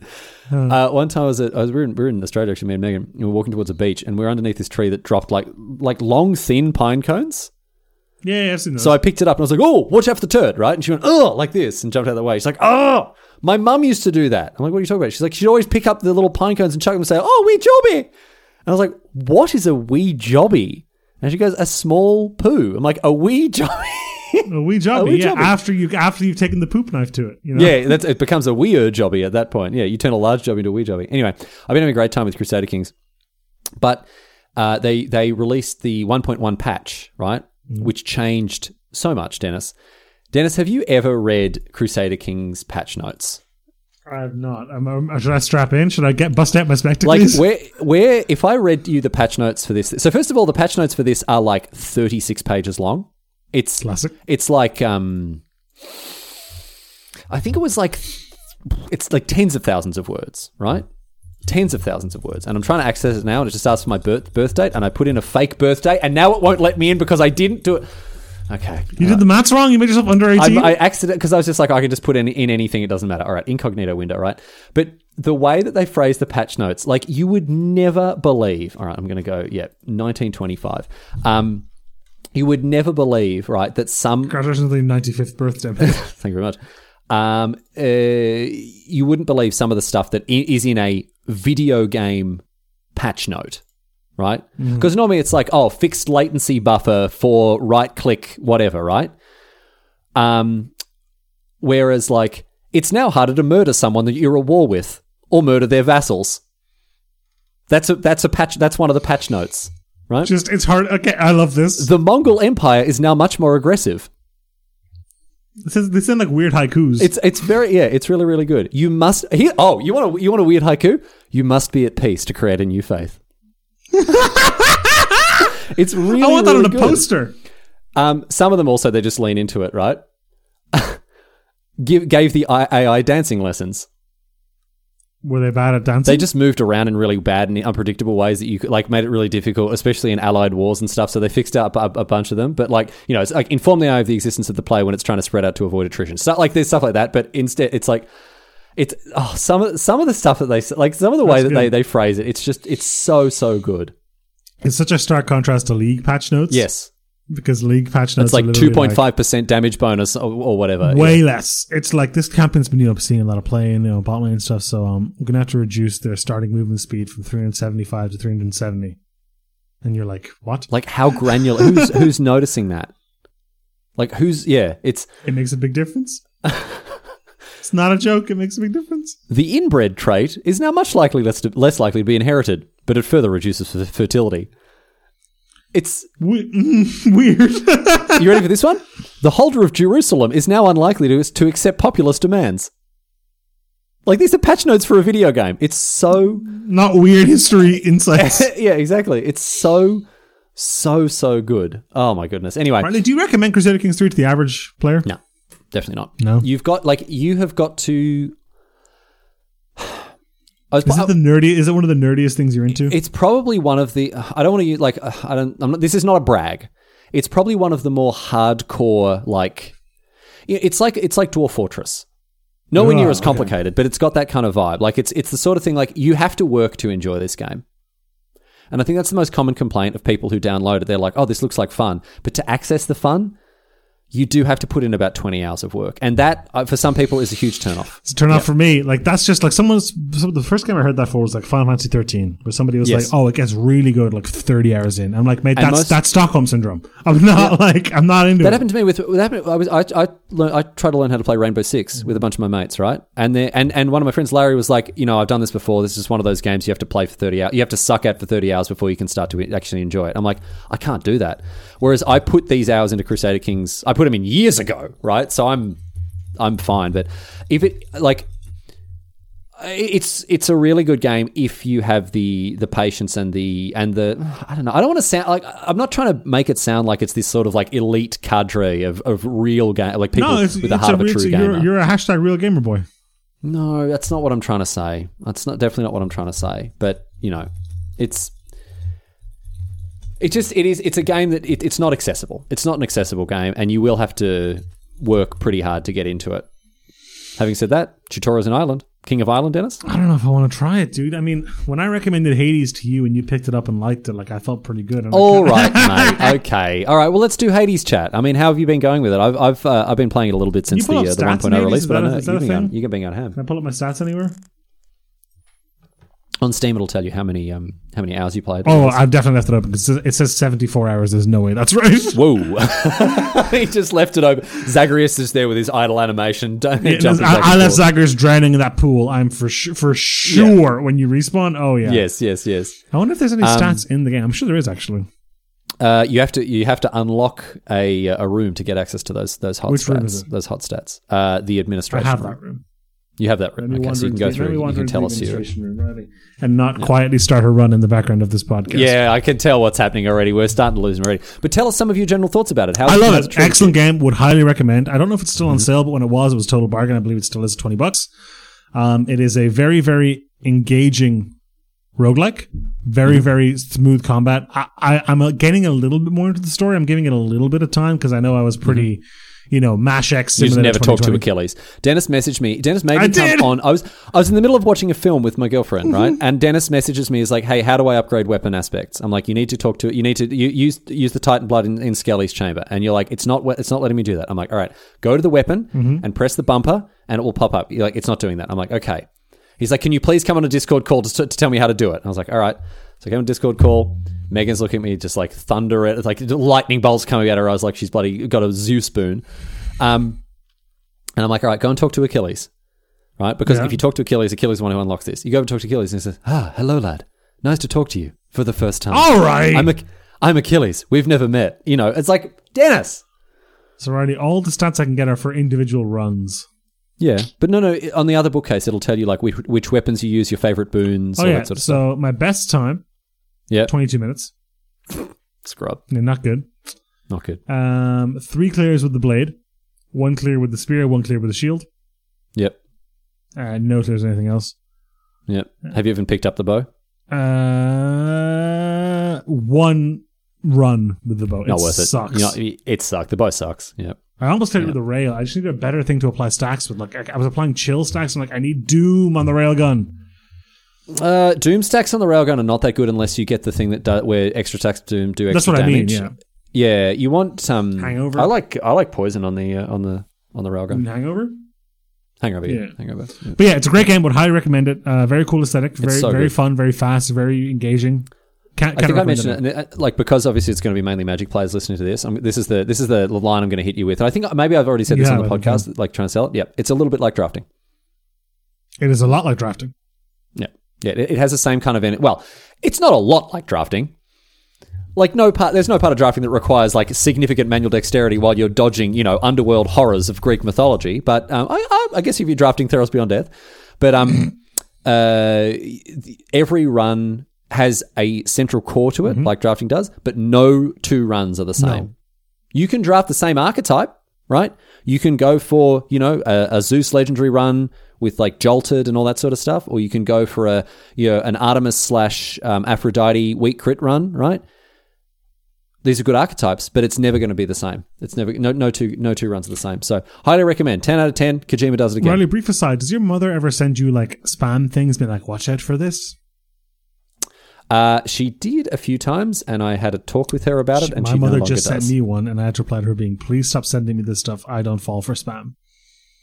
[SPEAKER 1] Uh, one time I was, at, I was we, were in, we were in Australia actually, me and Megan. We were walking towards a beach, and we were underneath this tree that dropped like like long thin pine cones.
[SPEAKER 2] Yeah, yeah, I've seen those.
[SPEAKER 1] So I picked it up and I was like, "Oh, watch out for the turd!" Right? And she went, "Oh," like this, and jumped out of the way. She's like, "Oh." My mum used to do that. I'm like, what are you talking about? She's like, she'd always pick up the little pine cones and chuck them and say, oh, wee jobby. And I was like, what is a wee jobby? And she goes, a small poo. I'm like, a wee (laughs) jobby.
[SPEAKER 2] a wee job.
[SPEAKER 1] wee
[SPEAKER 2] yeah,
[SPEAKER 1] jobby.
[SPEAKER 2] after you after you've taken the poop knife to it. You
[SPEAKER 1] (laughs)
[SPEAKER 2] know?
[SPEAKER 1] yeah, that's, it becomes a weir jobby at that point. Yeah, you turn a large job into a wee jobby. Anyway, I've been having a great time with Crusader Kings, but uh, they they released the 1.1 patch, right, which changed so much. Dennis, Dennis, have you ever read Crusader Kings patch notes?
[SPEAKER 2] I have not. I'm, I'm- should I strap in? Should I get bust out my
[SPEAKER 1] (laughs) Like
[SPEAKER 2] spectacles?
[SPEAKER 1] where where if I read you the patch notes for this, so first of all, the patch notes for this are like 36 pages long. It's
[SPEAKER 2] Classic.
[SPEAKER 1] It's like um, I think it was like it's like tens of thousands of words, right? Tens of thousands of words, and I'm trying to access it now, and it just asks for my birth birth date, and I put in a fake birth date, and now it won't let me in because I didn't do it. Okay,
[SPEAKER 2] You did the maths wrong. You made yourself under
[SPEAKER 1] I,
[SPEAKER 2] eighteen.
[SPEAKER 1] I accident because I was just like, I can just put in, in anything; it doesn't matter. All right, incognito window, right? But the way that they phrase the patch notes, like you would never believe. All right, I'm going to go. Yeah, 1925. Um, you would never believe, right, that some.
[SPEAKER 2] Congratulations on the 95th birthday. mate.
[SPEAKER 1] Thank you very much. Um, uh, you wouldn't believe some of the stuff that i- is in a video game patch note, right? Because normally it's like, oh, fixed latency buffer for right click, whatever, right? Um, whereas, like, it's now harder to murder someone that you're at war with or murder their vassals. That's a that's a patch. That's one of the patch notes, right?
[SPEAKER 2] (laughs) Just it's hard. Okay, I love this.
[SPEAKER 1] the Mongol Empire is now much more aggressive.
[SPEAKER 2] This is, they sound like weird haikus.
[SPEAKER 1] It's it's very yeah, it's really really good. You must here. Oh, you want a you want a weird haiku? You must be at peace to create a new
[SPEAKER 2] (laughs)
[SPEAKER 1] faith. it's really.
[SPEAKER 2] I want that
[SPEAKER 1] really
[SPEAKER 2] on a
[SPEAKER 1] good.
[SPEAKER 2] poster.
[SPEAKER 1] Um, some of them also they just lean into it, right? (laughs) Give, gave the I- AI dancing lessons.
[SPEAKER 2] Were they bad at dancing?
[SPEAKER 1] They just moved around in really bad and unpredictable ways that you could, like made it really difficult, especially in allied wars and stuff. So they fixed up a, a bunch of them, but like you know, it's like inform the AI of the existence of the play when it's trying to spread out to avoid attrition. Stuff like there's stuff like that, but instead it's like it's oh, some of some of the stuff that they s- like some of the way that
[SPEAKER 2] That's
[SPEAKER 1] they,
[SPEAKER 2] good.
[SPEAKER 1] they phrase it. It's just it's so so good.
[SPEAKER 2] it's such a stark contrast to league patch notes.
[SPEAKER 1] Yes,
[SPEAKER 2] because league patch notes
[SPEAKER 1] it's like
[SPEAKER 2] are
[SPEAKER 1] two
[SPEAKER 2] literally
[SPEAKER 1] point five percent damage bonus or, or whatever.
[SPEAKER 2] way less. It's like this campaign's been you know, seeing a lot of play and you know bot lane and stuff. So um, we're gonna have to reduce their starting movement speed from 375 to 370. And you're like, what?
[SPEAKER 1] Like how granular? who's who's noticing that? Like who's yeah? It's
[SPEAKER 2] It makes a big difference. it's not a joke. It makes a big difference.
[SPEAKER 1] The inbred trait is now much likely less, less likely to be inherited, but it further reduces f- fertility. It's
[SPEAKER 2] We- (laughs) mm, weird.
[SPEAKER 1] you ready for this one? The holder of Jerusalem is now unlikely to to accept populist demands. Like these are patch notes for a video game. It's so (laughs)
[SPEAKER 2] not weird history insights.
[SPEAKER 1] yeah, exactly. It's so so so good. Oh my goodness. Anyway,
[SPEAKER 2] Riley, do you recommend Crusader Kings 3 to the average player?
[SPEAKER 1] No, definitely not.
[SPEAKER 2] No?
[SPEAKER 1] you've got like you have got to. (sighs) I was,
[SPEAKER 2] Is it the nerdy? Is it one of the nerdiest things you're into?
[SPEAKER 1] It's probably one of the. I don't want to use like. I don't. I'm not. This is not a brag. It's probably one of the more hardcore like. yeah, It's like it's like Dwarf Fortress. Nowhere near
[SPEAKER 2] Ah,
[SPEAKER 1] as complicated, but it's got that kind of vibe. Like it's it's the sort of thing like you have to work to enjoy this game. And I think that's the most common complaint of people who download it. They're like, "Oh, this looks like fun," but to access the fun, you do have to put in about twenty hours of work, and that uh, for some people is a huge turnoff.
[SPEAKER 2] It's a turn off for me. Like that's just like someone's. Some, the first game I heard that for was like Final Fantasy 13, where somebody was
[SPEAKER 1] Yes.
[SPEAKER 2] like, "Oh, it gets really good like 30 hours in." I'm like, "Mate,
[SPEAKER 1] And
[SPEAKER 2] that's
[SPEAKER 1] most-
[SPEAKER 2] that's Stockholm syndrome." (laughs) I'm not like I'm not into
[SPEAKER 1] That
[SPEAKER 2] it.
[SPEAKER 1] happened to me with that happened, I was I I, learn I tried to learn how to play Rainbow Six with a bunch of my mates, right? And they, and and one of my friends Larry was like, you know, I've done this before. This is one of those games you have to play for thirty hours. You have to suck at for thirty hours before you can start to actually enjoy it. I'm like, I can't do that. Whereas I put these hours into Crusader Kings. I put them in years ago, right? So I'm I'm fine. But if it like it's it's a really good game if you have the the patience and the and the I don't know I don't want to sound like I'm not trying to make it sound like it's this sort of like elite cadre of, of real game like people
[SPEAKER 2] No, it's,
[SPEAKER 1] with
[SPEAKER 2] it's
[SPEAKER 1] the heart
[SPEAKER 2] a,
[SPEAKER 1] of a
[SPEAKER 2] it's
[SPEAKER 1] true
[SPEAKER 2] a-
[SPEAKER 1] gamer.
[SPEAKER 2] you're, you're a hashtag real gamer boy.
[SPEAKER 1] No, that's not what I'm trying to say. That's not definitely not what I'm trying to say. But you know, it's it just it is it's a game that it, it's not accessible. It's not an accessible game, and you will have to work pretty hard to get into it. Having said that, Chitora's an island, king of Ireland,
[SPEAKER 2] (laughs)
[SPEAKER 1] Dennis.
[SPEAKER 2] I don't know if I want to try it, dude. I mean, when I recommended Hades to you and you picked it up and liked it, like I felt pretty good. I'm like,
[SPEAKER 1] All (laughs) right, mate. Okay. All right. Well, let's do Hades chat. I mean, how have you been going with it? I've I've uh, I've been playing it a little bit since the
[SPEAKER 2] pull
[SPEAKER 1] uh,
[SPEAKER 2] up
[SPEAKER 1] the
[SPEAKER 2] stats
[SPEAKER 1] 1.0
[SPEAKER 2] in Hades?
[SPEAKER 1] release,
[SPEAKER 2] Is
[SPEAKER 1] but I
[SPEAKER 2] that a-
[SPEAKER 1] know
[SPEAKER 2] is that
[SPEAKER 1] you've
[SPEAKER 2] a
[SPEAKER 1] been going,
[SPEAKER 2] thing?
[SPEAKER 1] you can been going ham.
[SPEAKER 2] Can I pull up my stats anywhere?
[SPEAKER 1] On Steam, it'll tell you how many um how many hours you played.
[SPEAKER 2] Oh, I've definitely left it open because it says 74 hours. There's no way that's (laughs) right.
[SPEAKER 1] Whoa. (laughs) he just left it open. Zagreus is there with his idle animation. Don't
[SPEAKER 2] Yeah,
[SPEAKER 1] jump back
[SPEAKER 2] I, I
[SPEAKER 1] and
[SPEAKER 2] left
[SPEAKER 1] forth.
[SPEAKER 2] Zagreus drowning in that pool. I'm for su- for sure when you respawn. Oh yeah.
[SPEAKER 1] Yes, yes, yes.
[SPEAKER 2] I wonder if there's any
[SPEAKER 1] Um,
[SPEAKER 2] stats in the game. I'm sure there is actually.
[SPEAKER 1] Uh, you have to you have to unlock a uh, a room to get access to those those hot
[SPEAKER 2] Which
[SPEAKER 1] stats.
[SPEAKER 2] room is it?
[SPEAKER 1] Those hot stats. Uh, the
[SPEAKER 2] I
[SPEAKER 1] administration.
[SPEAKER 2] have
[SPEAKER 1] room.
[SPEAKER 2] that room.
[SPEAKER 1] You have that room. Okay, so you can go through. and You can tell us you.
[SPEAKER 2] and not quietly start her run in the background of this podcast.
[SPEAKER 1] Yeah, I can tell what's happening already. We're starting to lose him already. But tell us some of your general thoughts about it. How
[SPEAKER 2] I
[SPEAKER 1] how
[SPEAKER 2] love
[SPEAKER 1] does
[SPEAKER 2] it.
[SPEAKER 1] treat
[SPEAKER 2] Excellent game. Would highly recommend. I don't know if it's still
[SPEAKER 1] Mm-hmm.
[SPEAKER 2] on sale, but when it was, it was a total bargain. I believe it still is twenty bucks. Um, it is a very, very engaging roguelike. Very,
[SPEAKER 1] Mm-hmm.
[SPEAKER 2] very smooth combat. I, I, I'm uh, getting a little bit more into the story. I'm giving it a little bit of time because I know I was pretty, you know, Mash X.
[SPEAKER 1] You just
[SPEAKER 2] Simulator
[SPEAKER 1] Mm-hmm. never talk to
[SPEAKER 2] 2020.
[SPEAKER 1] Achilles. Dennis messaged me. Dennis made me
[SPEAKER 2] I
[SPEAKER 1] come
[SPEAKER 2] did. Mm-hmm.
[SPEAKER 1] on. I was I was in the middle of watching a film with my girlfriend, right? And Dennis messages me. He's like, "Hey, how do I upgrade weapon aspects?" I'm like, "You need to talk to You need to you, use use the Titan blood in, in Skelly's chamber." And you're like, "It's not we- it's not letting me do that." I'm like, "All right, go to the weapon
[SPEAKER 2] Mm-hmm.
[SPEAKER 1] and press the bumper, and it will pop up." You're like, "It's not doing that." I'm like, "Okay." He's like, "Can you please come on a Discord call to, to tell me how to do it?" And I was like, "All right." So I came on a Discord call. Megan's looking at me just like thunder at like lightning bolts coming at her. I was like, "She's bloody got a zoo spoon." Um, and I'm like, all right, go and talk to Achilles, right? Because
[SPEAKER 2] Yeah.
[SPEAKER 1] if you talk to Achilles, Achilles is the one who unlocks this. You go over and talk to Achilles and he says, ah, hello, lad. Nice to talk to you for the first time.
[SPEAKER 2] All right.
[SPEAKER 1] I'm, Ach- I'm Achilles. We've never met. You know, it's like, Dennis.
[SPEAKER 2] so already all the stats I can get are for individual runs.
[SPEAKER 1] Yeah. But no, no, i- on the other bookcase, it'll tell you like which, which weapons you use, your favorite boons,
[SPEAKER 2] Oh
[SPEAKER 1] all
[SPEAKER 2] yeah.
[SPEAKER 1] that sort of stuff.
[SPEAKER 2] so my best time,
[SPEAKER 1] Yeah.
[SPEAKER 2] 22 minutes.
[SPEAKER 1] Scrub.
[SPEAKER 2] Yeah, Not good.
[SPEAKER 1] Not good.
[SPEAKER 2] Um, three clears with the blade, one clear with the spear, one clear with the shield.
[SPEAKER 1] Yep.
[SPEAKER 2] Uh, no clears anything else.
[SPEAKER 1] Yep. Have you even picked up the bow?
[SPEAKER 2] Uh, one run with the bow.
[SPEAKER 1] Not
[SPEAKER 2] it
[SPEAKER 1] worth it.
[SPEAKER 2] Sucks.
[SPEAKER 1] You know, it sucked. The bow sucks. Yep.
[SPEAKER 2] I almost played it with the rail. I just need a better thing to apply stacks with. Like I, I was applying chill stacks. I'm like, I need doom on the rail gun.
[SPEAKER 1] Uh, doom stacks on the railgun are not that good unless you get the thing that do, where extra stacks doom do extra
[SPEAKER 2] That's what I mean.
[SPEAKER 1] damage.
[SPEAKER 2] Yeah.
[SPEAKER 1] Yeah, you want um,
[SPEAKER 2] Hangover?
[SPEAKER 1] I like I like poison on the uh, on the on the railgun.
[SPEAKER 2] Hangover.
[SPEAKER 1] Hangover, yeah.
[SPEAKER 2] Yeah.
[SPEAKER 1] hangover. Yeah.
[SPEAKER 2] But yeah, it's a great game. Would highly recommend it. Uh, very cool aesthetic. Very
[SPEAKER 1] so
[SPEAKER 2] very
[SPEAKER 1] good.
[SPEAKER 2] fun. Very fast. Very engaging. Can't,
[SPEAKER 1] I
[SPEAKER 2] can't
[SPEAKER 1] think I
[SPEAKER 2] recommend
[SPEAKER 1] mentioned it, and it, uh, like because obviously it's going to be mainly Magic players listening to this. I'm, this is the this is the line I'm going to hit you with. And I think maybe I've already said this
[SPEAKER 2] Yeah,
[SPEAKER 1] on the
[SPEAKER 2] I think you
[SPEAKER 1] podcast, like trying to sell it. Yeah, it's a little bit like drafting.
[SPEAKER 2] It is a lot like drafting.
[SPEAKER 1] Yeah, yeah, it, it has the same kind of en- well, it's not a lot like drafting. Like no part, there's no part of drafting that requires like significant manual dexterity while you're dodging, you know, underworld horrors of Greek mythology. But um, I, I, I guess if you're drafting Theros Beyond Death, but um, uh, every run has a central core to it, like drafting does, but no two runs are the same. You can draft the same archetype, right? You can go for, you know, a, a Zeus legendary run with like Jolted and all that sort of stuff, or you can go for a, you know, an Artemis slash um, Aphrodite weak crit run, right? These are good archetypes, but it's never going to be the same. It's never no no two no two runs are the same. So highly recommend. Ten out of ten. Kojima does it again.
[SPEAKER 2] Riley, brief aside, does your mother ever send you like spam things, being like, watch out for this?
[SPEAKER 1] Uh, she did a few times, and I had a talk with her about it. And
[SPEAKER 2] My
[SPEAKER 1] she
[SPEAKER 2] mother
[SPEAKER 1] no longer
[SPEAKER 2] just
[SPEAKER 1] does.
[SPEAKER 2] sent me one, and I had to reply to her being, please stop sending me this stuff. I don't fall for spam.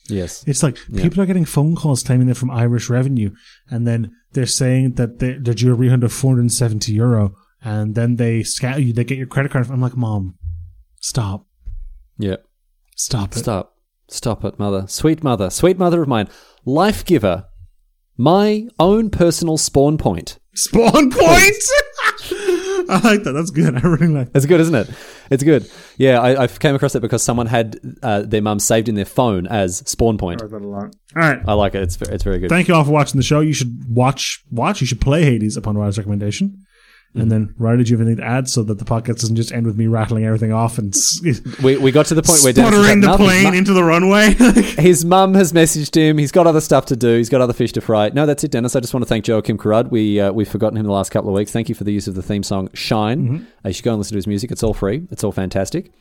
[SPEAKER 1] Yes.
[SPEAKER 2] It's like people are getting phone calls claiming they're from Irish revenue, and then they're saying that they're, they're due a refund of 470 euro, and then they scout you, they get your credit card. I'm like, mom, stop,
[SPEAKER 1] Yeah.
[SPEAKER 2] stop it.
[SPEAKER 1] Stop. Stop it, mother. Sweet mother. Sweet mother of mine. Life giver. My own personal spawn point.
[SPEAKER 2] Spawn point! (laughs) I like that. That's good. I really like that.
[SPEAKER 1] That's good, isn't it? It's good. Yeah, I, I came across that because someone had uh, their mum saved in their phone as spawn point.
[SPEAKER 2] I like that a lot. All right.
[SPEAKER 1] I like it. It's ve- it's very good.
[SPEAKER 2] Thank you all for watching the show. You should watch, watch. You should play Hades upon Ryder's recommendation.
[SPEAKER 1] Mm-hmm.
[SPEAKER 2] And then, Ryder, did you have anything to add so that the podcast doesn't just end with me rattling everything off and s-
[SPEAKER 1] we, we got to the point where Dennis has
[SPEAKER 2] sputtering
[SPEAKER 1] got
[SPEAKER 2] the
[SPEAKER 1] nothing.
[SPEAKER 2] plane
[SPEAKER 1] Mu-
[SPEAKER 2] into the runway? (laughs)
[SPEAKER 1] His mum has messaged him. He's got other stuff to do. He's got other fish to fry. No, that's it, Dennis. I just want to thank Joachim Carrud. We uh, we've forgotten him the last couple of weeks. Thank you for the use of the theme song "Shine." Uh, you should go and listen to his music. It's all free. It's all fantastic.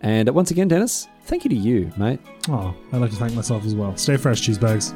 [SPEAKER 1] And uh, once again, Dennis, thank you to you, mate.
[SPEAKER 2] oh, I'd like to thank myself as well. Stay fresh, cheese bags.